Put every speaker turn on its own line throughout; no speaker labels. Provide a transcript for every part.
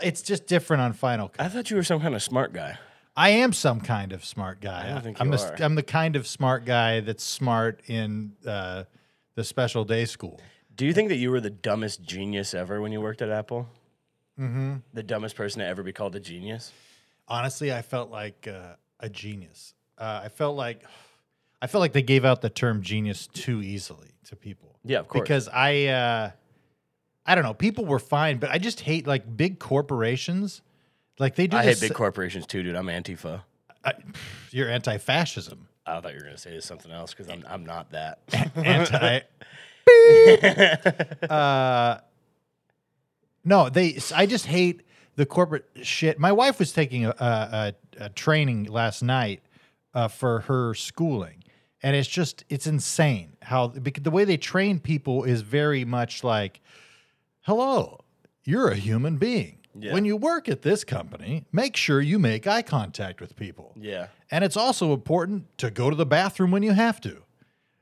it's just different on Final Cut.
I thought you were some kind of smart guy.
I am some kind of smart guy.
I don't think
am
you
the,
are.
I'm the kind of smart guy that's smart in uh, the special day school.
Do you think that you were the dumbest genius ever when you worked at Apple? Mm-hmm. The dumbest person to ever be called a genius?
Honestly, I felt like uh, a genius. Uh, I felt like I felt like they gave out the term genius too easily to people.
Yeah, of course.
Because I, uh, I don't know, people were fine, but I just hate like big corporations. Like they do.
I hate
this-
big corporations too, dude. I'm Antifa.
I- you're anti-fascism.
I thought you were going to say something else because I'm, I'm not that.
anti. uh, no, they. I just hate the corporate shit. My wife was taking a, a, a, a training last night uh, for her schooling, and it's just it's insane how because the way they train people is very much like, "Hello, you're a human being."
Yeah.
When you work at this company, make sure you make eye contact with people.
yeah.
And it's also important to go to the bathroom when you have to.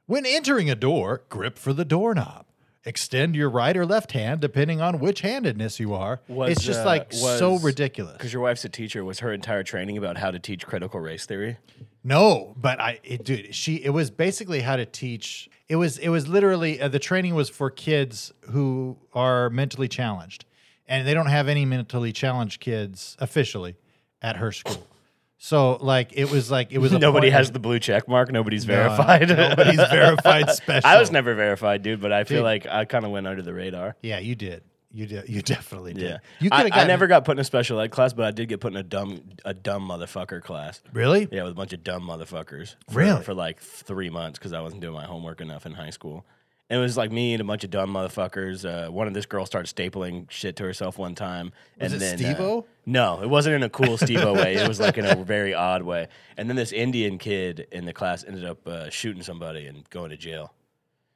When entering a door, grip for the doorknob. Extend your right or left hand depending on which handedness you are.
Was,
it's just
uh,
like so
was-
ridiculous.
Because your wife's a teacher, was her entire training about how to teach critical race theory?
No, but I, it, dude, she, it was basically how to teach. It was, it was literally uh, the training was for kids who are mentally challenged, and they don't have any mentally challenged kids officially at her school. So like it was like it was a
Nobody
point-
has the blue check mark. Nobody's
No,
verified.
Nobody's verified special.
I was never verified, dude, but I feel
Dude.
like I kind of went under the radar.
Yeah, you did. You did. You definitely did.
Yeah,
You
I,
could
I
have gotten.
never got put in a special ed class, but I did get put in a dumb, a dumb motherfucker class.
really.
Yeah, with a bunch of dumb motherfuckers. For,
Really?
For like three months because I wasn't doing my homework enough in high school. And it was like me and a bunch of dumb motherfuckers. Uh, one of this girl started stapling shit to herself one time.
Was
and
it
then, uh,
Steve-O?
no, it wasn't in a cool Steve-O way. It was like in a very odd way. And then this Indian kid in the class ended up uh, shooting somebody and going to jail.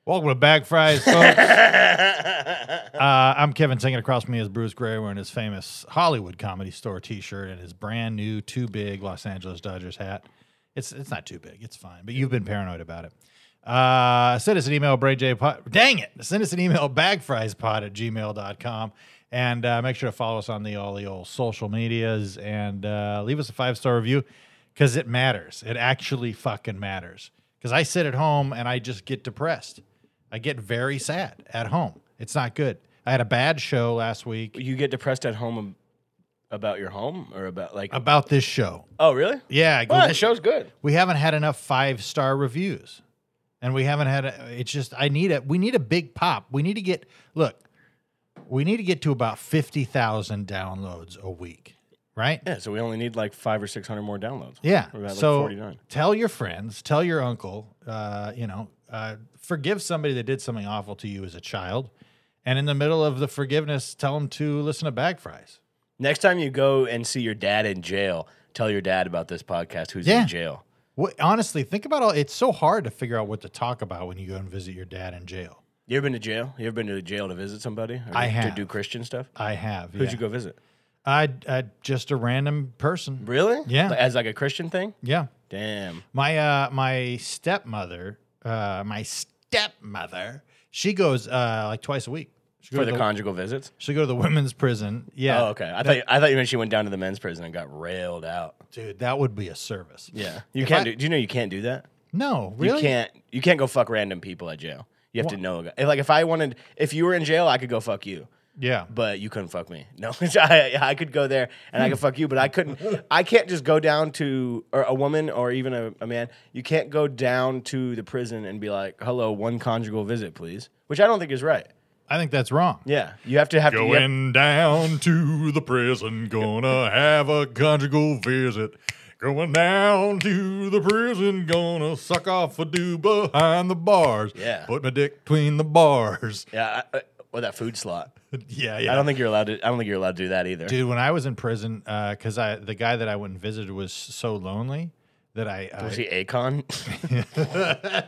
Welcome to Bag Fries, folks. uh, I'm Kevin. Singing across from me is Bruce Gray wearing his famous Hollywood Comedy Store T-shirt and his brand new too big Los Angeles Dodgers hat. It's it's not too big. It's fine. But you've been paranoid about it. Uh, send us an email, BrayJPod. Dang it! Send us an email, bagfriespod at gmail.com. And uh, make sure to follow us on the all the old social medias and uh, leave us a five star review because it matters. It actually fucking matters. Because I sit at home and I just get depressed. I get very sad at home. It's not good. I had a bad show last week
You get depressed at home ab- about your home or about like,
about this show.
oh, really?
Yeah, I go-
Well, the show's good.
we haven't had enough five star reviews and we haven't had a, it's just i need a we need a big pop we need to get look we need to get to about 50000 downloads a week right
Yeah, so we only need like five or 600 more downloads.
yeah
We're at like
so
49.
tell your friends tell your uncle uh, you know uh, forgive somebody that did something awful to you as a child and in the middle of the forgiveness tell them to listen to bag fries
Next time you go and see your dad in jail, tell your dad about this podcast who's
Yeah.
in jail.
what, honestly think about all it's so hard to figure out what to talk about when you go and visit your dad in jail
You ever been to jail? You ever been to jail to visit somebody? Or
I
to
have.
do Christian stuff?
i have
Who'd
yeah.
you go visit?
I, I just a random person.
Really?
Yeah.
Like- As like a Christian thing?
Yeah,
Damn.
my uh, my stepmother, uh, my stepmother, she goes uh, like twice a week. She
For
goes
the
to
conjugal visits?
she go to the women's prison. Yeah,
Oh, okay. I thought I thought you meant she went down to the men's prison and got railed out.
dude, that would be a service.
Yeah. You
If
can't
I-
do do you know you can't do that?
No, really,
You can't you can't go fuck random people at jail. You have to know a guy. Like if I wanted if you were in jail, I could go fuck you.
Yeah,
but you couldn't fuck me. No, I, I could go there and I could fuck you, but I couldn't. I can't just go down to or a woman or even a, a man. You can't go down to the prison and be like, "Hello, one conjugal visit, please," which I don't think is right.
I think that's wrong.
Yeah, you have to have to. you have-
Going down to the prison, gonna have a conjugal visit. Going down to the prison, gonna suck off a dude behind the bars.
Yeah.
Put my dick between the bars.
yeah, I, I, or that food slot.
yeah, yeah.
I don't think you're allowed to. I don't think you're allowed to do that either.
Dude, when I was in prison, because I the guy that I went and visited was so lonely that I, I
Was he Akon?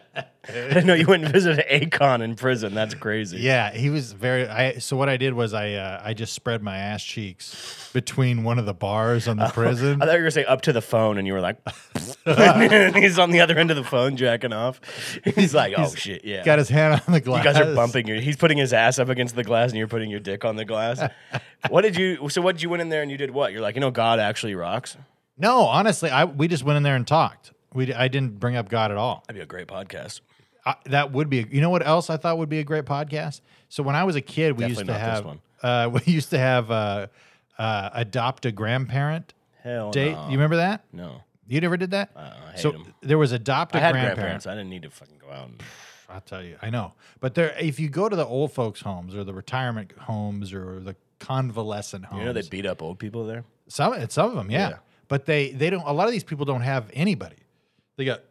I didn't know you went and visited Akon in prison. That's crazy.
yeah he was very I so what I did was I uh, I just spread my ass cheeks between one of the bars on the
I
prison.
Oh, thought you were going to say up to the phone, and you were like,
He's
and he's on the other end of the phone jacking off. He's like, oh shit, yeah.
got his hand on the glass.
you guys are bumping your. He's putting his ass up against the glass, and you're putting your dick on the glass. what did you? So what did you went in there and you did what? You're like, you know, God actually rocks.
No, honestly, I we just went in there and talked. We d- I didn't bring up God at all.
That'd be a great podcast.
I, that would be. You know what else I thought would be a great podcast? So when I was a kid, we used to
Definitely not this
have
one.
uh, we used to have uh, uh, adopt a grandparent
Hell
date.
Oh, no.
You remember that?
No.
You never did that.
I hate
so
'em.
there was adopt a
I had
grandparent.
grandparents. I didn't need to fucking go out. And,
I'll tell you, I know. But there, if you go to the old folks' homes or the retirement homes or the convalescent homes,
you know they beat up old people there.
some it's some of them, yeah.
Yeah.
But they they don't. A lot of these people don't have anybody. They got,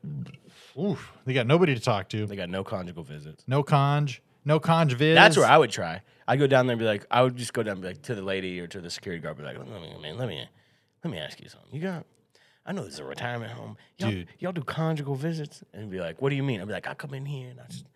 oof, they got nobody to talk to.
They got no conjugal visits.
No conj, no conj viz.
That's where I would try. I go down there and be like, I would just go down and be like to the lady or to the security guard, be like, let me, let me, let me, let me ask you something. You got, I know this is a retirement home, y'all,
Dude.
Y'all do conjugal visits, and be like, what do you mean? I'd be like, I come in here and I just. I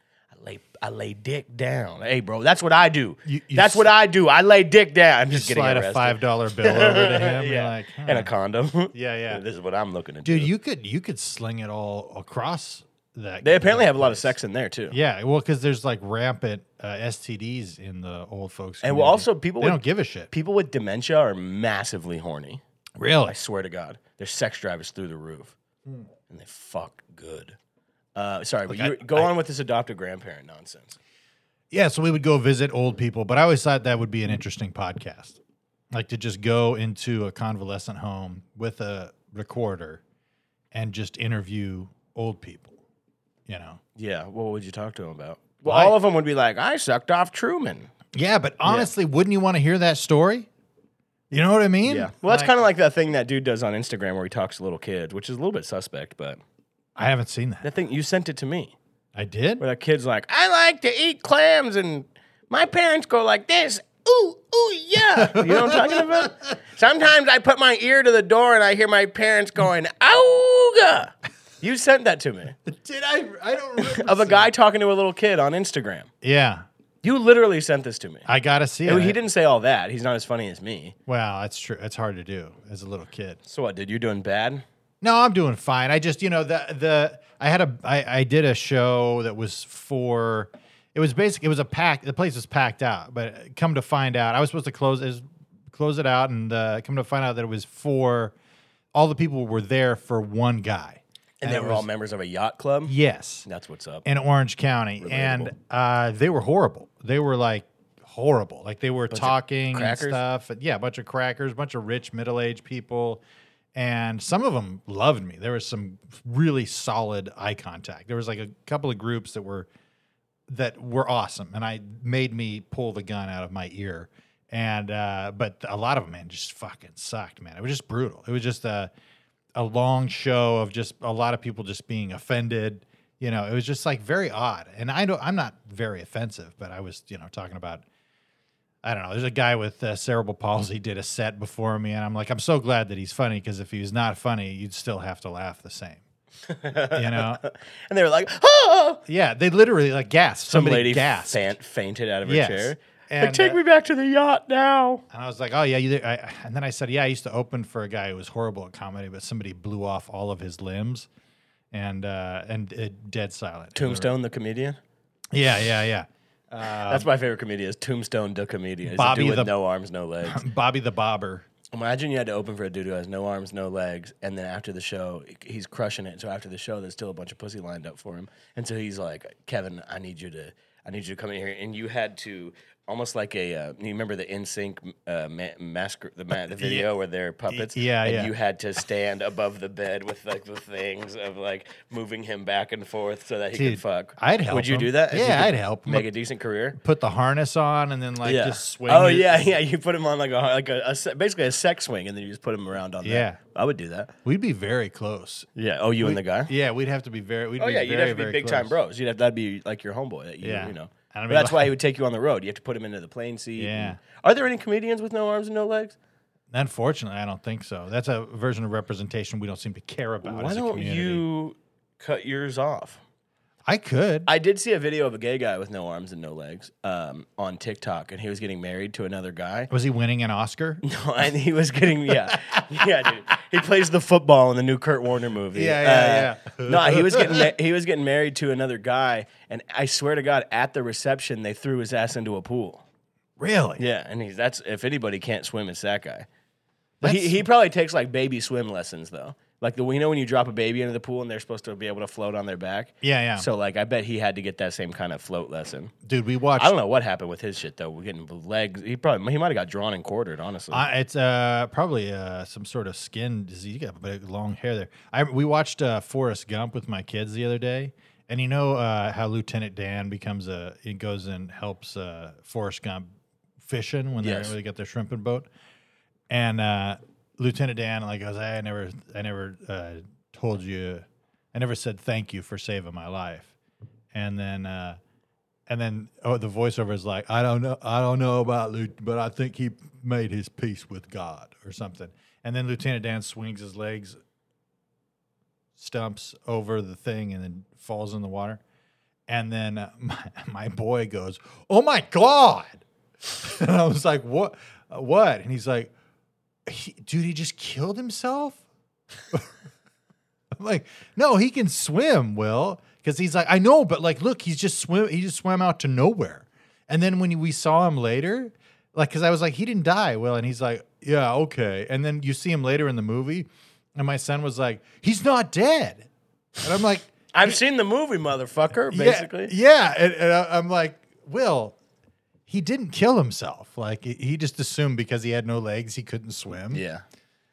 Lay, I lay dick down. Hey, bro, that's what I do.
You- you
that's
s-
what I do. I lay dick down. I'm just getting
slide
arrested.
a five dollar bill over to him. You're
yeah.
like, huh.
and a condom.
Yeah, yeah.
This is what I'm looking to
dude,
do.
you could you could sling it all across that.
they apparently have a lot of sex in there too.
Yeah, well, because there's like rampant uh, STDs in the old folks.
And well,
community.
also people
they
with
don't give a shit.
people with dementia are massively horny.
Really?
I swear to God, their sex drive is through the roof, and they fuck good. Uh, sorry, but you,
I-
go on with this adopted grandparent nonsense.
Yeah, so we would go visit old people, but I always thought that would be an interesting podcast. Like to just go into a convalescent home with a recorder and just interview old people, you know.
Yeah, what would you talk to him about? Well,
Why?
all of them would be like, "I sucked off Truman."
Yeah, but honestly, wouldn't you want to hear that story? You know what I mean?
Well, that's
Like,
kind of like that thing that dude does on Instagram where he talks to little kids, which is a little bit suspect. But
I haven't seen that.
that thing you sent it to me,
I did?
where that kid's like, "I like to eat clams," and my parents go like this. Ooh, ooh, yeah. You know what I'm talking about? Sometimes I put my ear to the door and I hear my parents going, "Auga." You sent that to me.
Did I? I don't remember.
of a guy talking to a little kid on Instagram.
yeah,
You literally sent this to me.
I got to see
And
it.
Oh, he didn't say all that. He's not as funny as me.
Well, that's true. It's hard to do as a little kid.
So what, dude? You're doing bad?
No, I'm doing fine. I just, you know, the the I had a I, I did a show that was for it was basically it was a pack the place was packed out, but come to find out I was supposed to close is close it out and uh, come to find out that it was for all the people were there for one guy.
And, they were all members of a yacht club.
Yes.
That's what's up.
In Orange County. And uh, they were horrible. They were like horrible. Like they were talking and
crackers?
stuff. Yeah, a bunch of crackers, bunch of rich middle aged people. And some of them loved me. There was some really solid eye contact. There was like a couple of groups that were that were awesome, and I made me pull the gun out of my ear. And uh, but a lot of them, man, just fucking sucked, man. It was just brutal. It was just a a long show of just a lot of people just being offended. You know, it was just like very odd. And I don't, I'm not very offensive, but I was, you know, talking about. I don't know. There's a guy with uh, cerebral palsy did a set before me, and I'm like, I'm so glad that he's funny because if he was not funny, you'd still have to laugh the same. You know?
And they were like, "Oh!"
yeah, they literally like gasped.
Some
Somebody
lady
gasped.
fan- fainted out of her
Yes.
chair. like,
And,
take
uh,
me back to the yacht now.
And I was like, oh, yeah. You, I, and then I said, yeah, I used to open for a guy who was horrible at comedy, but somebody blew off all of his limbs and uh, and uh, dead silent.
Tombstone the comedian.
Yeah, yeah, yeah.
That's my favorite comedian. Is Tombstone the comedian. He's
Um, Bobby
a dude with
the-
no arms, no legs.
Bobby the Bobber.
Imagine you had to open for a dude who has no arms, no legs, and then after the show, he's crushing it. So after the show, there's still a bunch of pussy lined up for him, and so he's like, "Kevin, I need you to, I need you to come in here." And you had to almost like a, uh, you remember the NSYNC uh, ma- mask, the, ma- the video where they're puppets,
yeah,
and
yeah.
you had to stand above the bed with like the things of like moving him back and forth so that he
Dude,
could fuck.
I'd help
Would you
him.
do that? If you
Yeah,
could
I'd help him.
Make a decent career.
Put the harness on and then like just swing.
Oh
it.
yeah, yeah. You put him on like a like a, a se- basically a sex swing, and then you just put him around on.
Yeah.
that. I would do that.
We'd be very close.
Yeah. Oh, you and the guy.
Yeah, we'd have to be very. We'd
Oh
be
yeah,
very,
you'd have to be
very
big time
close.
bros. You'd have that'd be like your homeboy. That you,
Yeah.
you know.
And I
But
mean,
that's
like-
why he would take you on the road. You have to put him into the plane seat.
Yeah.
and- Are there any comedians with no arms and no legs?
Unfortunately, I don't think so. That's a version of representation we don't seem to care about
Why
as a
don't
community.
you cut yours off?
I could.
I did see a video of a gay guy with no arms and no legs um, on TikTok, and he was getting married to another guy.
was he winning an Oscar?
No, and he was getting yeah, yeah, dude. He plays the football in the new Kurt Warner movie.
Yeah, yeah,
Uh,
yeah.
no, he was getting ma- he was getting married to another guy, and I swear to God, at the reception, they threw his ass into a pool.
Really?
Yeah, and he's that's if anybody can't swim, it's that guy. But he, he probably takes like baby swim lessons though. Like the you know when you drop a baby into the pool and they're supposed to be able to float on their back.
Yeah, yeah.
So like I bet he had to get that same kind of float lesson.
Dude, we
I
watched.
don't know what happened with his shit though. We're getting legs. He probably he might have got drawn and quartered. Honestly,
I, it's uh, probably uh, some sort of skin disease. You got a bit of long hair there. I we watched uh, Forrest Gump with my kids the other day, and you know uh, how Lieutenant Dan becomes a he goes and helps uh, Forrest Gump fishing when they
Yes.
when they get their shrimping boat, and uh, Lieutenant Dan like goes, "Hey, I never I never uh, told you, I never said thank you for saving my life, and then. Uh, and then oh, the voiceover is like, I don't know, I don't know about Luke, but I think he made his peace with God or something. And then Lieutenant Dan swings his legs, stumps over the thing, and then falls in the water. And then uh, my, my boy goes, "Oh my God!" And I was like, "What? Uh, What?" And he's like, he, "Dude, he just killed himself." I'm like, no, he can swim, Will, because he's like, I know, but like, look, he's just swim. He just swam out to nowhere. And then when we saw him later, like, because I was like, he didn't die, Will, and he's like, yeah, okay. And then you see him later in the movie, and my son was like, he's not dead, and I'm like,
I've seen the movie, motherfucker.
yeah,
Basically,
yeah. And, and I- I'm like, Will. He didn't kill himself. Like he- he just assumed because he had no legs, he couldn't swim.
yeah.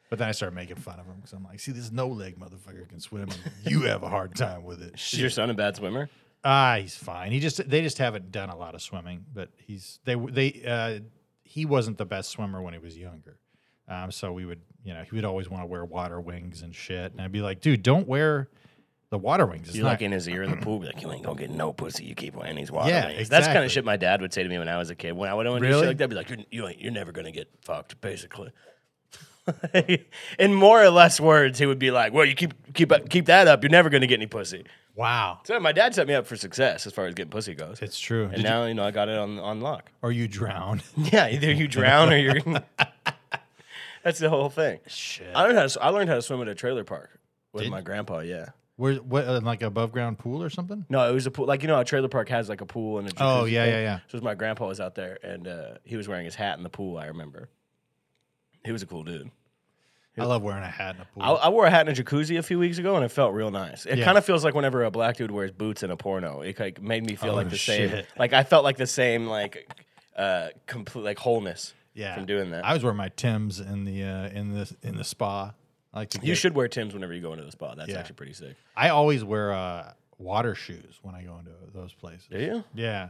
But then I started making fun of him because I'm like, see, this no leg motherfucker can swim. And you have a hard time with it.
Is your son a bad swimmer?
Ah, he's fine. He just they just haven't done a lot of swimming, but he's they they uh, he wasn't the best swimmer when he was younger. Um, so we would you know he would always want to wear water wings and shit, and I'd be like, dude, don't wear the water wings. It's
You
not-
like in his ear in the pool, be like, you ain't gonna get no pussy. You keep wearing these water
Yeah,
wings." That's the
exactly.
kind of shit my dad would say to me when I was a kid. When I would want to do
Really?
shit like that, be like, you're, you ain't, you're never gonna get fucked, basically. in more or less words, he would be like, well, you keep keep up, keep that up, you're never gonna get any pussy.
wow,
So my dad set me up for success as far as getting pussy goes.
it's true.
and
Did you-
now you know I got it on on lock.
or you drowned?
Yeah, either you drown or you're. That's the whole thing.
shit.
I learned how to, s- I learned how to swim at a trailer park with
Did-
my grandpa. Yeah.
Where what in like above ground pool or something?
No, it was a pool. Like you know, how a trailer park has like a pool and a.
Oh,
jacuzzi
yeah,
thing?
yeah, yeah.
So my grandpa was out there, and uh, he was wearing his hat in the pool. I remember. He was a cool dude.
I love wearing a hat in a pool.
I, I wore a hat in a jacuzzi a few weeks ago, and it felt real nice. It
Yeah.
kind of feels like whenever a black dude wears boots in a porno, it like made me feel
Oh,
like the same.
shit.
Like I felt like the same like uh complete like wholeness.
yeah,
from doing that.
I was wearing my Tims in the uh, in the in the spa. I like to
you
get-
should wear Tim's whenever you go into the spa. That's
Yeah.
actually pretty sick.
I always wear uh, water shoes when I go into those places.
Do you?
Yeah.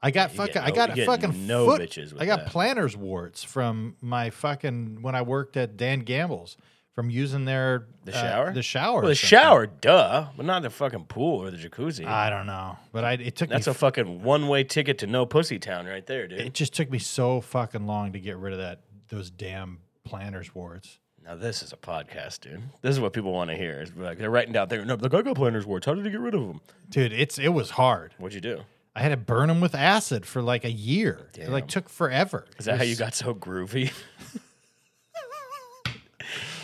I got
you
fucking.
get
I
no-
got
you
a
get
fucking
no
foot.
bitches with
I got
that.
planner's warts from my fucking when I worked at Dan Gamble's from using their
The
uh,
shower?
the shower.
Well,
or
the
something. Ah,
shower, duh, but not the fucking pool or the jacuzzi.
I don't know, but I it took
That's
me.
a fucking one way ticket to no pussy town right there, dude.
it just took me so fucking long to get rid of that those damn planner's warts.
Now this is a podcast, dude. This is what people want to hear. It's like they're writing down there. No, like I got planners warts. How did you get rid of them?
Dude, it's it was hard.
What'd you do?
I had to burn them with acid for like a year. It like took forever.
Is that how you got so groovy?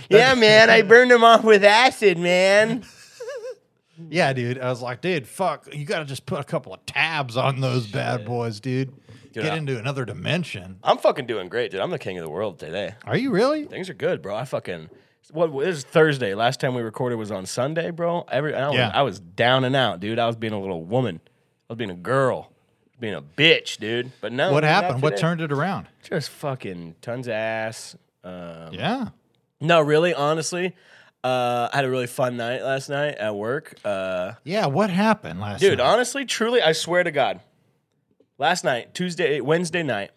yeah, man. I burned them off with acid, man.
Yeah, dude. I was like, dude, fuck. You got to just put a couple of tabs on those bad boys, dude. Get
I-
into another dimension.
I'm fucking doing great, dude. I'm the king of the world today.
Are you really?
Things are good, bro. I fucking. What this is Thursday. Last time we recorded was on Sunday, bro. Every I was,
Yeah.
I was down and out, dude. I was being a little woman. I was being a girl. I was being a bitch, dude. But no.
What
not
happened? What
today.
turned it around?
Just fucking tons of ass. Um,
Yeah.
No, really, honestly, uh, I had a really fun night last night at work. Uh,
Yeah. What happened last
dude,
night?
honestly, truly, I swear to God, last night, Tuesday, Wednesday night,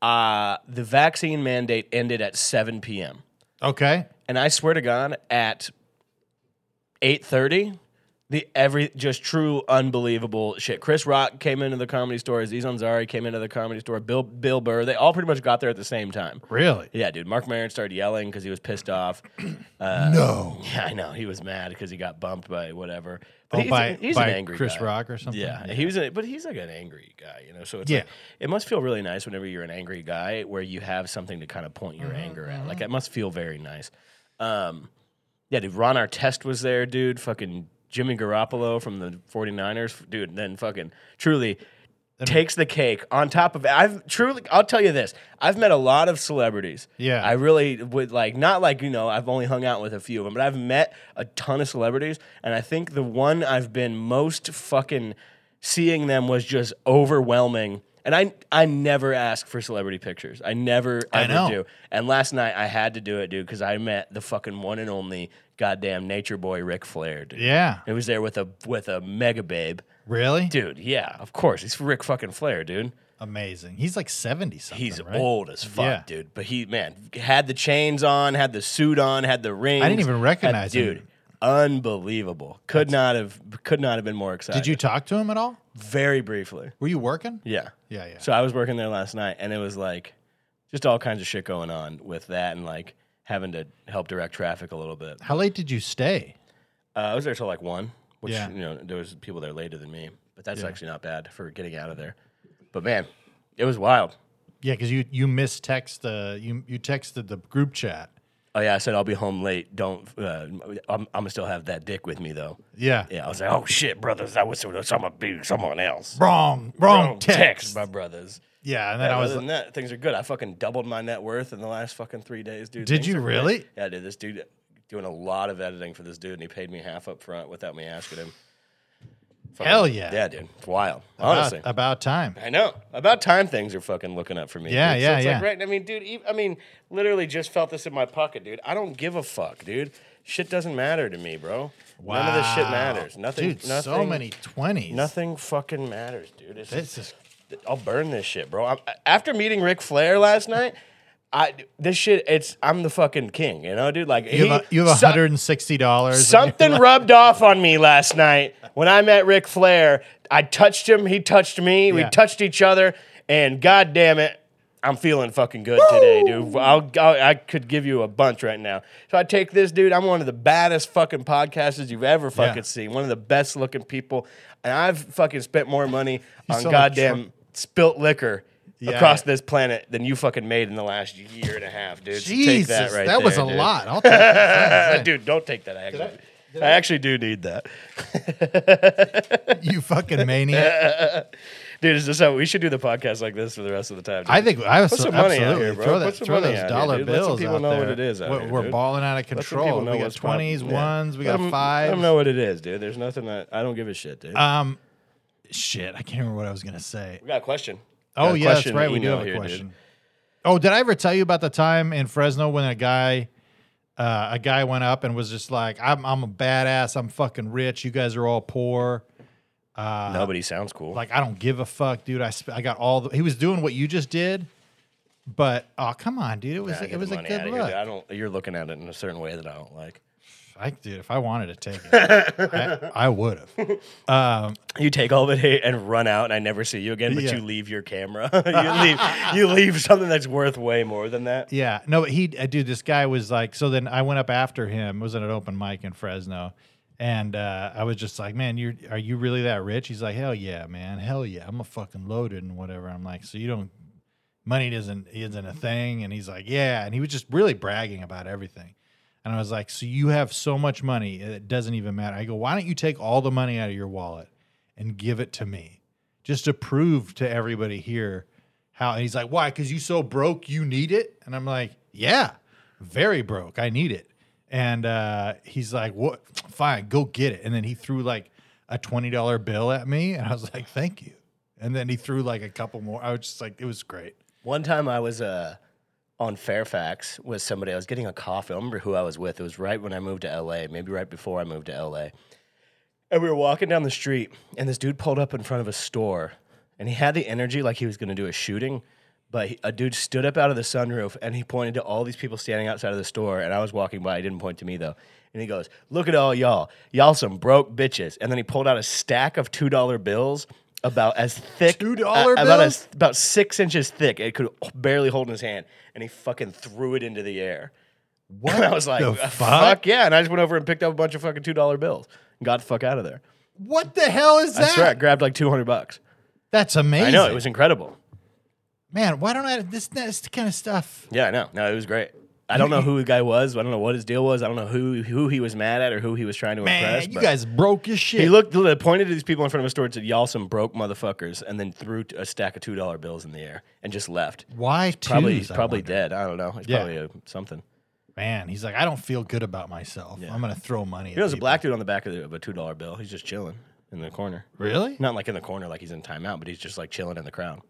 uh, the vaccine mandate ended at 7 p.m.
Okay.
And I swear to God, at 8.30, the every just true unbelievable shit. Chris Rock came into the comedy store. Aziz Ansari came into the comedy store. Bill Bill Burr. They all pretty much got there at the same time.
Really?
Yeah, dude. Mark Maron started yelling because he was pissed off. Uh,
no.
Yeah, I know he was mad because he got bumped by whatever. But
Oh,
he's,
by,
a- he's
by
an angry
Chris
guy.
Rock or something.
Yeah, he was, a, but he's like an angry guy, you know. So it's
Yeah.
like, it must feel really nice whenever you're an angry guy, where you have something to kind of point your anger at. Like it must feel very nice. Um, yeah, dude. Ron Artest was there, dude. Fucking Jimmy Garoppolo from the 49ers, dude. Then fucking truly takes the cake on top of I've truly I'll tell you this. I've met a lot of celebrities.
Yeah.
I really would like not like, you know, I've only hung out with a few of them, but I've met a ton of celebrities and I think the one I've been most fucking seeing them was just overwhelming. And I I never ask for celebrity pictures. I never
I
ever
know.
do. And last night I had to do it, dude, cuz I met the fucking one and only goddamn nature boy Ric Flair. Dude.
Yeah.
It was there with a with a mega babe.
Really?
Dude, yeah, of course. He's Rick fucking Flair, dude.
Amazing. He's like 70 something.
He's
right?
old as fuck,
Yeah.
dude. But he, man, had the chains on, had the suit on, had the rings.
even
had-
recognize him.
dude. Unbelievable. Could not have could not have been more excited.
Did you talk to him at all?
very briefly?
Were you working?
Yeah.
Yeah, yeah.
So I was working there last night, and it was like just all kinds of shit going on with that, and like having to help direct traffic a little bit.
How late did you stay?
Uh, I was there till like one, which
Yeah.
you know there was people there later than me, but that's actually not bad for getting out of there. But man, it was wild.
Yeah, because you you missed text uh, you you texted the group chat.
Oh yeah, I said I'll be home late. Don't. Uh, I'm, I'm gonna still have that dick with me though.
Yeah.
Yeah, I was like, oh shit, brothers, I was I'm gonna be someone else.
Wrong, wrong, text.
my brothers.
Yeah, and then I
Other
was
than that, things are good. I fucking doubled my net worth in the last fucking three days, dude.
Did
Things
you
are great.
really?
Yeah, dude. This dude doing a lot of editing for this dude, and he paid me half up front without me asking him. Fucking-
Hell yeah. Uh-huh.
Yeah, dude. It's wild.
about,
Honestly,
about time.
I know. About time things are fucking looking up for me.
Yeah,
dude.
yeah,
so it's Like,
yeah.
right. I mean, dude. ev- I mean, literally just felt this in my pocket, dude. I don't give a fuck, dude. Shit doesn't matter to me, bro. None of this shit
Wow.
matters. Nothing.
Dude,
nothing,
so many 20s.
Nothing fucking matters, dude. It's
This is
I'll burn this shit, bro. I'm, after meeting Ric Flair last night, I this shit. It's I'm the fucking king, you know, dude. Like
you
he-
have, a, you have
so-
$160.
Something rubbed off on me last night when I met Ric Flair. I touched him, he touched me, we
Yeah.
touched each other, and god damn it, I'm feeling fucking good today, dude. I'll, I'll, I could give you a bunch right now. So I take this, dude. I'm one of the baddest fucking podcasters you've ever fucking seen, one of the best looking people. And I've fucking spent more money on
sound like
goddamn
Trump.
spilt liquor.
Yeah.
Across this planet than you fucking made in the last year and a half, dude. So take
Jesus,
that right
was a
there, dude.
lot. I'll take that.
Uh, dude, don't take that. I actually, I, actually do need that.
you fucking maniac.
Dude, is this how we should do the podcast like this for the rest of the time? dude.
I think I was
Put
so,
some money out
absolutely
here, bro.
throw,
Put
that,
some
throw
money
those
out here,
dollar
dude. Let some
bills
people
out
know what
there.
it is out
we're,
here,
we're
dude.
balling out of
Let some people
control.
know
We got
what's pop-
20s,
yeah.
ones, we
Let
got
'em- Let them
fives.
know what it is, dude. There's nothing that I don't give a shit, dude.
Um, shit, I can't remember what I was gonna say.
we got a question.
Oh
Got a
yeah, that's
question
right. We do
email
have a
here, dude.
question. Oh, did I ever tell you about the time in Fresno when a guy, uh, a guy went up and was just like, "I'm I'm a badass. I'm fucking rich. You guys are all poor.
Nobody sounds cool.
Uh, Like I don't give a fuck, dude. I sp- I got all the. He was doing what you just did, but oh come on, dude. It was
Nah, get
it was
the
a
money
good
outta here, dude.
look.
I don't. You're looking at it in a certain way that I don't like.
I dude, if I wanted to take it, I, I would have.
You take all of it hey, and run out, and I never see you again. But
Yeah.
you leave your camera. you leave. You leave something that's worth way more than that.
Yeah. No, but he, uh, dude, this guy was like, so then I went up after him. It was at an open mic in Fresno. And uh, I was just like, man, you're, are you really that rich? He's like, hell yeah, man. Hell yeah. I'm a fucking loaded and whatever. I'm like, so you don't, money isn't, isn't a thing. And he's like, yeah. And he was just really bragging about everything. And I was like, so you have so much money. It doesn't even matter. I go, why don't you take all the money out of your wallet and give it to me just to prove to everybody here how and he's like why because you so broke you need it and i'm like yeah very broke i need it and uh, he's like what fine go get it and then he threw like a $20 bill at me and i was like thank you and then he threw like a couple more i was just like it was great
One time I was uh, on Fairfax with somebody. I was getting a coffee. I don't remember who I was with. It was right when I moved to LA, maybe right before I moved to LA. And we were walking down the street, and this dude pulled up in front of a store, and he had the energy like he was going to do a shooting, But he- a dude stood up out of the sunroof and he pointed to all these people standing outside of the store. And I was walking by. He didn't point to me though. And he goes, "Look at all y'all, y'all some broke bitches." And then he pulled out a stack of two dollar bills, about as thick,
$2
uh, about
bills?
as about six inches thick. It could barely hold in his hand, and he fucking threw it into the air. What? I was like, "Uh,
the
fuck?
fuck?"
yeah!" And I just went over and picked up a bunch of fucking two dollar bills and got the fuck out of there.
What the hell is
I
that?
swear, I grabbed like two hundred bucks.
That's amazing.
I know it was incredible.
Man, why don't I this this kind of stuff?
Yeah, I know. No, it was great. I don't know who the guy was. I don't know what his deal was. I don't know who who he was mad at or who he was trying to
Man,
impress.
you
but
guys broke your shit.
he looked he pointed to these people in front of a store and said, "Y'all some broke motherfuckers," and then threw a stack of two dollar bills in the air and just left.
why twos,
Probably he's
I
probably
wonder?
dead. I don't know. It's
Yeah.
probably a, something.
Man, he's like, I don't feel good about myself. I'm gonna throw money.
You know,
at
there's a
people."
black dude on the back of, the, of a two dollar bill. He's just chilling in the corner.
Really?
Not like in the corner, like he's in timeout, but he's just like chilling in the crowd.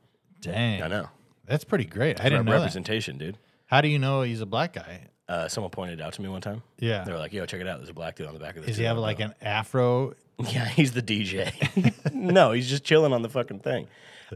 Dang.
I know.
That's pretty great. I didn't know that.
Representation, dude.
How do you know he's a black guy?
Uh, someone pointed it out to me one time.
Yeah.
They were like, "Yo, check it out. There's a black dude on the back of the."
Does he have
$2 bill."
like an afro?
Yeah, he's the DJ. no, he's just chilling on the fucking thing.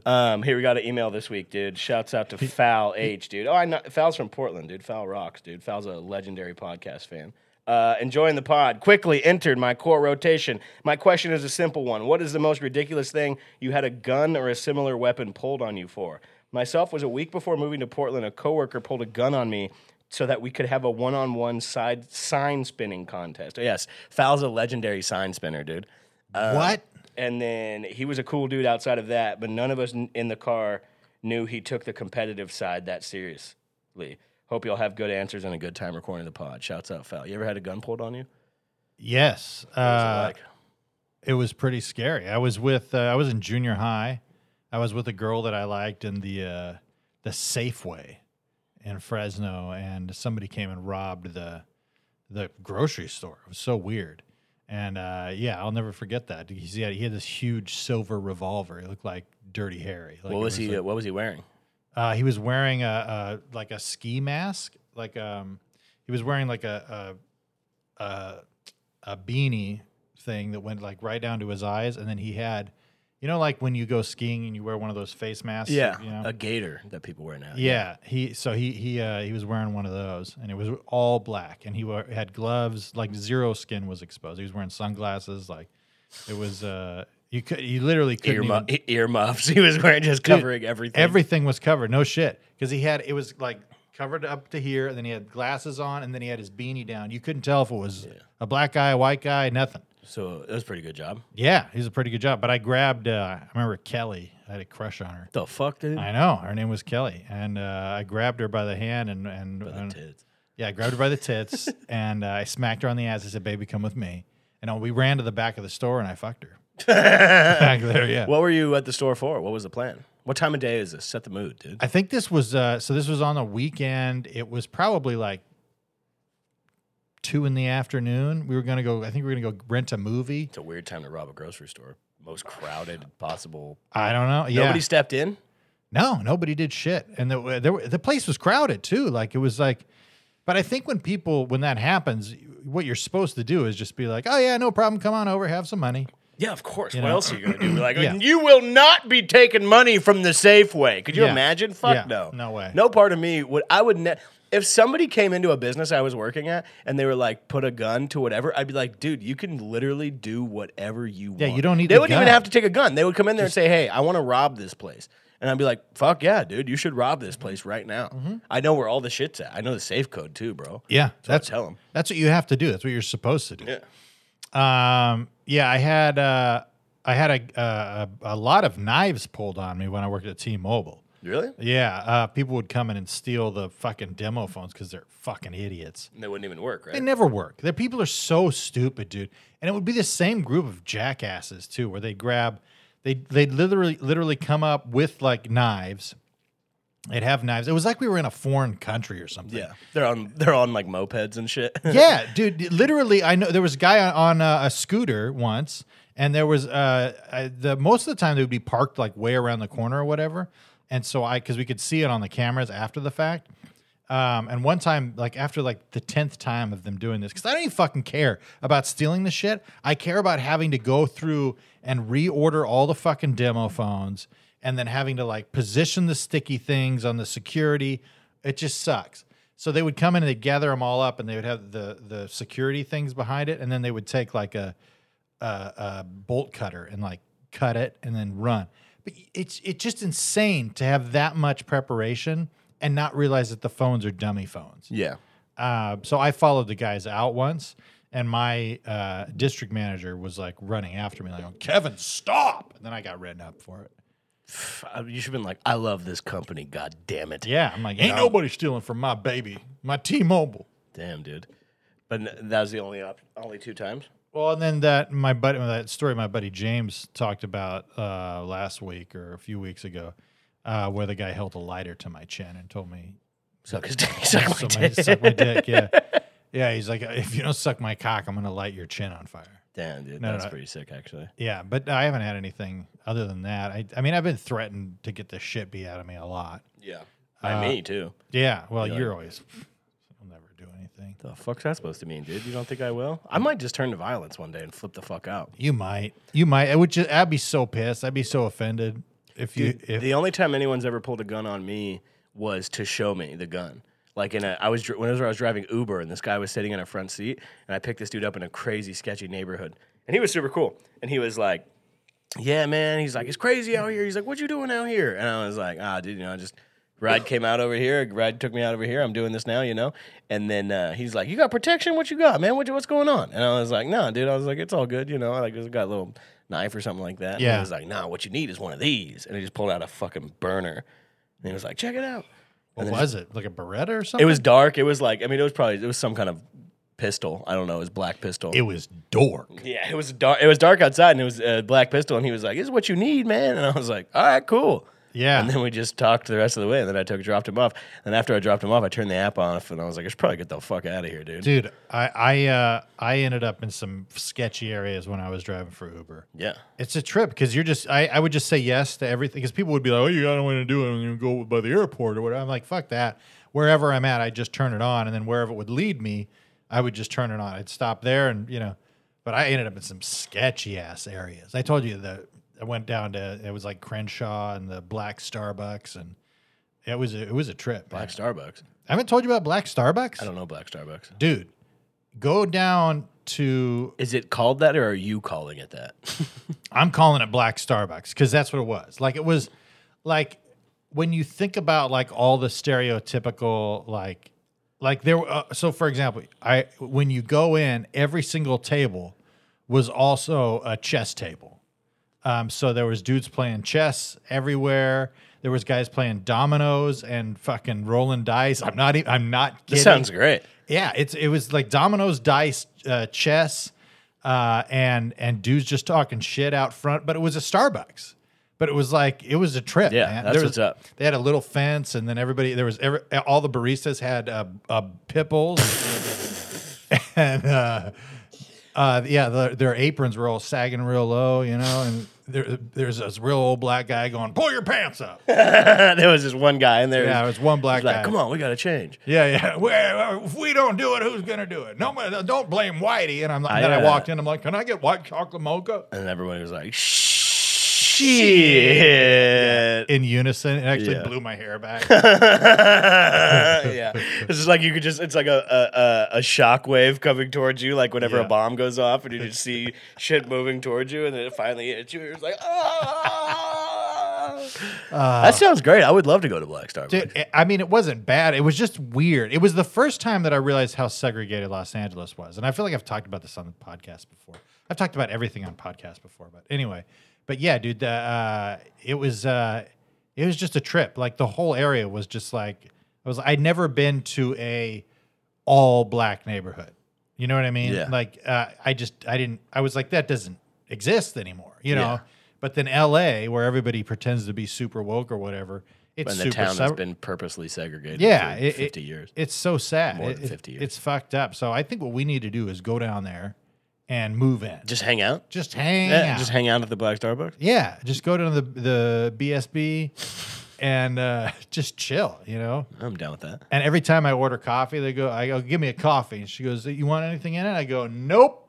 Um, here we got an email this week, dude. Shouts out to Foul H, dude. Oh, I know Foul's from Portland, dude. Foul rocks, dude. Foul's a legendary podcast fan. Uh, enjoying the pod. Quickly entered my core rotation. My question is a simple one. What is the most ridiculous thing you had a gun or a similar weapon pulled on you for? Myself was a week before moving to Portland. A coworker pulled a gun on me so that we could have a one-on-one side sign spinning contest. Yes, Foul's a legendary sign spinner, dude. Uh,
what?
And then he was a cool dude outside of that, but none of us n- in the car knew he took the competitive side that seriously. Hope y'all have good answers and a good time recording the pod. Shouts out, Foul. You ever had a gun pulled on you?
Yes.
What was it
Uh,
like?
it was pretty scary. I was with uh, I was in junior high. I was with a girl that I liked in the uh, the Safeway in Fresno, and somebody came and robbed the the grocery store. It was so weird. And uh, yeah, I'll never forget that. He had, he had this huge silver revolver. It looked like Dirty Harry. Like
What
it
was he?
like-
what was he wearing?
uh, he was wearing a, a like a ski mask, like um, he was wearing like a a, a a beanie thing that went like right down to his eyes, and then he had, you know, like when you go skiing and you wear one of those face masks. you know?
a gator that people wear now.
yeah. He so he he uh, he was wearing one of those, and it was all black, and he wa had gloves, like zero skin was exposed. He was wearing sunglasses, like it was. Uh, you could you literally couldn't even-
Earmu- earmuffs. He was wearing just covering everything.
Everything was covered. No shit. Because he had it was like covered up to here, and then he had glasses on, and then he had his beanie down. You couldn't tell if it was a black guy, a white guy, nothing.
so it was a pretty good job.
Yeah, he was a pretty good job. But I grabbed. Uh, I remember Kelly. I had a crush on her.
The fuck, dude.
I know her name was Kelly, and uh, I grabbed her by the hand and and, and-
Tits.
yeah, I grabbed her by the tits and uh, I smacked her on the ass. I said, "Baby, come with me." And uh, we ran to the back of the store and I fucked her. back there, yeah.
What were you at the store for? What was the plan? What time of day is this? Set the mood, dude.
I think this was uh, so. This was on the weekend. It was probably like two in the afternoon. We were gonna go. I think we were gonna go rent a movie.
It's a weird time to rob a grocery store. Most crowded possible.
I don't know. Yeah,
Nobody stepped in.
no, nobody did shit, and the there, were- the place was crowded too. Like it was like, but I think when people when that happens, what you're supposed to do is just be like, oh yeah, no problem, come on over, have some money.
Yeah, of course.
You
what
know?
else are you going to do? We're Like,
Yeah.
you will not be taking money from the Safeway. Could you
Yeah.
imagine? Fuck
Yeah.
no.
No way.
No part of me would. I would. Ne- if somebody came into a business I was working at and they were like, put a gun to whatever, I'd be like, dude, you can literally do whatever you want.
you don't need
They
the
wouldn't even
gun.
have to take a gun. They would come in there and say, hey, I want to rob this place. And I'd be like, fuck yeah, dude, you should rob this place right now. I know where all the shit's at. I know the safe code too, bro.
Mm-hmm. Yeah, that's
tell 'em.
That's what you have to do. That's what you're supposed to do.
Yeah.
Um, yeah, I had uh, I had a, a a lot of knives pulled on me when I worked at T-Mobile.
Really?
Yeah, uh, people would come in and steal the fucking demo phones because they're fucking idiots.
And they wouldn't even work, right?
They never work. Their people are so stupid, dude. And it would be the same group of jackasses too, where they grab, they they literally literally come up with like knives. They'd have knives. It was like we were in a foreign country or something.
yeah. They're on they're on like mopeds and shit.
yeah, dude. Literally, I know there was a guy on, on uh, a scooter once, and there was uh, I, the most of the time they would be parked like way around the corner or whatever, and so I because we could see it on the cameras after the fact. Um, and one time, like after like the tenth time of them doing this, because I don't even fucking care about stealing the shit. I care about having to go through and reorder all the fucking demo phones and then having to like position the sticky things on the security. It just sucks. So they would come in and they gather them all up, and they would have the the security things behind it, and then they would take like a a, a bolt cutter and like cut it and then run. But it's it's just insane to have that much preparation and not realize that the phones are dummy phones.
Yeah.
Uh, so I followed the guys out once, and my uh, district manager was like running after me, like, "Oh, "Kevin, stop!" And then I got written up for it.
uh, You should have been like, I love this company. God damn it.
Yeah, I'm like, "Ain't nobody stealing from my baby, my T-Mobile."
Damn, dude. But n- that was the only op- only two times.
Well, and then that my buddy, that story my buddy James talked about uh, last week or a few weeks ago, uh, where the guy held a lighter to my chin and told me
Suck his dick. Suck my
"Suck my-
dick.
suck my dick. Yeah, yeah. He's like, if you don't suck my cock, I'm gonna light your chin on fire.
Damn, dude.
No,
that's
no.
pretty sick, actually.
Yeah, but I haven't had anything other than that. I, I mean, I've been threatened to get the shit beat out of me a lot.
Yeah. By me, too.
Yeah, well,
Really?
you're always, I'll never do anything.
The fuck's that supposed to mean, dude? You don't think I will? I might just turn to violence one day and flip the fuck out.
You might, you might. I would just, I'd be so pissed. I'd be so offended if you, if
the only time anyone's ever pulled a gun on me was to show me the gun. Like in a, I was dri- when I was, I was driving Uber and this guy was sitting in a front seat and I picked this dude up in a crazy sketchy neighborhood and he was super cool and he was like, "Yeah, man," he's like, "It's crazy out here." He's like, "What you doing out here?" And I was like, "Ah, dude, you know, I just ride came out over here. Ride took me out over here. I'm doing this now, you know." And then uh, he's like, "You got protection? What you got, man? What you, what's going on?" And I was like, "No, dude. I was like, it's all good, you know. I like just got a little knife or something like that." And he
Yeah.
was like, "Nah, what you need is one of these." And he just pulled out a fucking burner. And he was like, "Check it out."
what was it like a Beretta or something?
It was dark. It was like, I mean, it was probably it was some kind of pistol. I don't know. It was black pistol.
it was dork.
Yeah, it was dark. It was dark outside, and it was a black pistol. And he was like, "This is what you need, man." And I was like, "All right, cool."
Yeah,
And then we just talked the rest of the way, and then I took dropped him off. And after I dropped him off, I turned the app off, and I was like, "I should probably get the fuck out of here, dude."
dude, I, I, uh, I ended up in some sketchy areas when I was driving for Uber.
Yeah,
It's a trip because you're just. I, I would just say yes to everything because people would be like, "Oh, you got nothing to do, and you go by the airport or whatever." I'm like, "Fuck that." Wherever I'm at, I just turn it on, and then wherever it would lead me, I would just turn it on. I'd stop there, and you know. But I ended up in some sketchy ass areas. I told you that I went down to it was like Crenshaw and the Black Starbucks, and it was a, it was a trip. man.
Black Starbucks.
I haven't told you about Black Starbucks,
I don't know Black Starbucks.
dude. Go down to
Is it called that, or are you calling it that?
I'm calling it Black Starbucks because that's what it was. Like it was like when you think about like all the stereotypical like like there were- uh, so for example, I when you go in, every single table was also a chess table. Um, so there was dudes playing chess everywhere. There was guys playing dominoes and fucking rolling dice. I'm not. e- I'm not kidding.
This sounds great.
Yeah, it's it was like dominoes, dice, uh, chess, uh, and and dudes just talking shit out front. But it was a Starbucks. But it was like it was a trip.
Yeah,
man.
that's
There was-
what's up.
They had a little fence, and then everybody there was every, all the baristas had uh, uh, pipples, and uh, uh, yeah, their their aprons were all sagging real low, you know. And there, there's this real old black guy going, "Pull your pants up."
there was this one guy in there.
Yeah, it was one black
He's like,
guy.
"Come on, we got to change."
Yeah, yeah. We- If we don't do it, who's gonna do it? No, don't blame Whitey. And I'm like, then
I,
I
uh,
walked in. I'm like, can I get white chocolate mocha?
And everybody was like, "Shit."
In unison, it actually
Yeah.
blew my hair back.
yeah, it's just like you could just—it's like a a, a a shock wave coming towards you, like whenever
Yeah.
a bomb goes off, and you just see shit moving towards you, and then it finally hits you. It's like, ah. that sounds great. I would love to go to Black Star.
Uh, Dude, I- I mean, it wasn't bad. It was just weird. It was the first time that I realized how segregated Los Angeles was, and I feel like I've talked about this on the podcast before. I've talked about everything on podcast before, but anyway, but yeah, dude, the, uh, it was uh, it was just a trip. Like the whole area was just like I was. I'd never been to a all black neighborhood. You know what I mean?
Yeah.
Like uh, I just I didn't. I was like that doesn't exist anymore. You know.
Yeah.
But then L.A., where everybody pretends to be super woke or whatever, it's
and the
super
town has
sub-
been purposely segregated.
yeah,
for
it- it-
fifty years.
It's so sad.
More
It-
than
it-
50 years.
It's fucked up. So I think what we need to do is go down there and move in. Just,
Just hang out.
hang
Yeah,
out.
just hang out at the Black Starbucks.
yeah, just go down to the the BSB and uh, just chill. You know.
I'm down with that.
And every time I order coffee, they go, I go, give me a coffee. And she goes, You want anything in it? I go, Nope.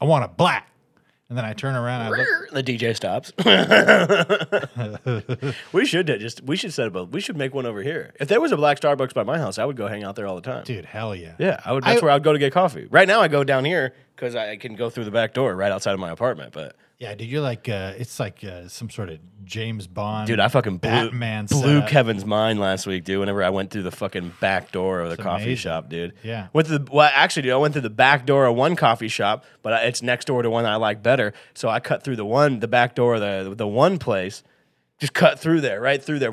I want a black. And then I turn around. I look.
The DJ stops. we should do- just we should set up a we should make one over here. If there was a black Starbucks by my house, I would go hang out there all the time.
Dude, hell yeah.
Yeah, I would. That's
I-
where I would go to get coffee. Right now, I go down here because I can go through the back door right outside of my apartment. But
Yeah, dude, you're like, uh, it's like uh, some sort of James Bond.
dude, I fucking blew,
Batman
blew
setup.
Kevin's mind last week, dude. Whenever I went through the fucking back door of the coffee
amazing.
shop, dude.
Yeah.
Went to the well, actually, dude, I went through the back door of one coffee shop, but I, it's next door to one I like better. So I cut through the one, the back door of the the one place. Just cut through there, right through there,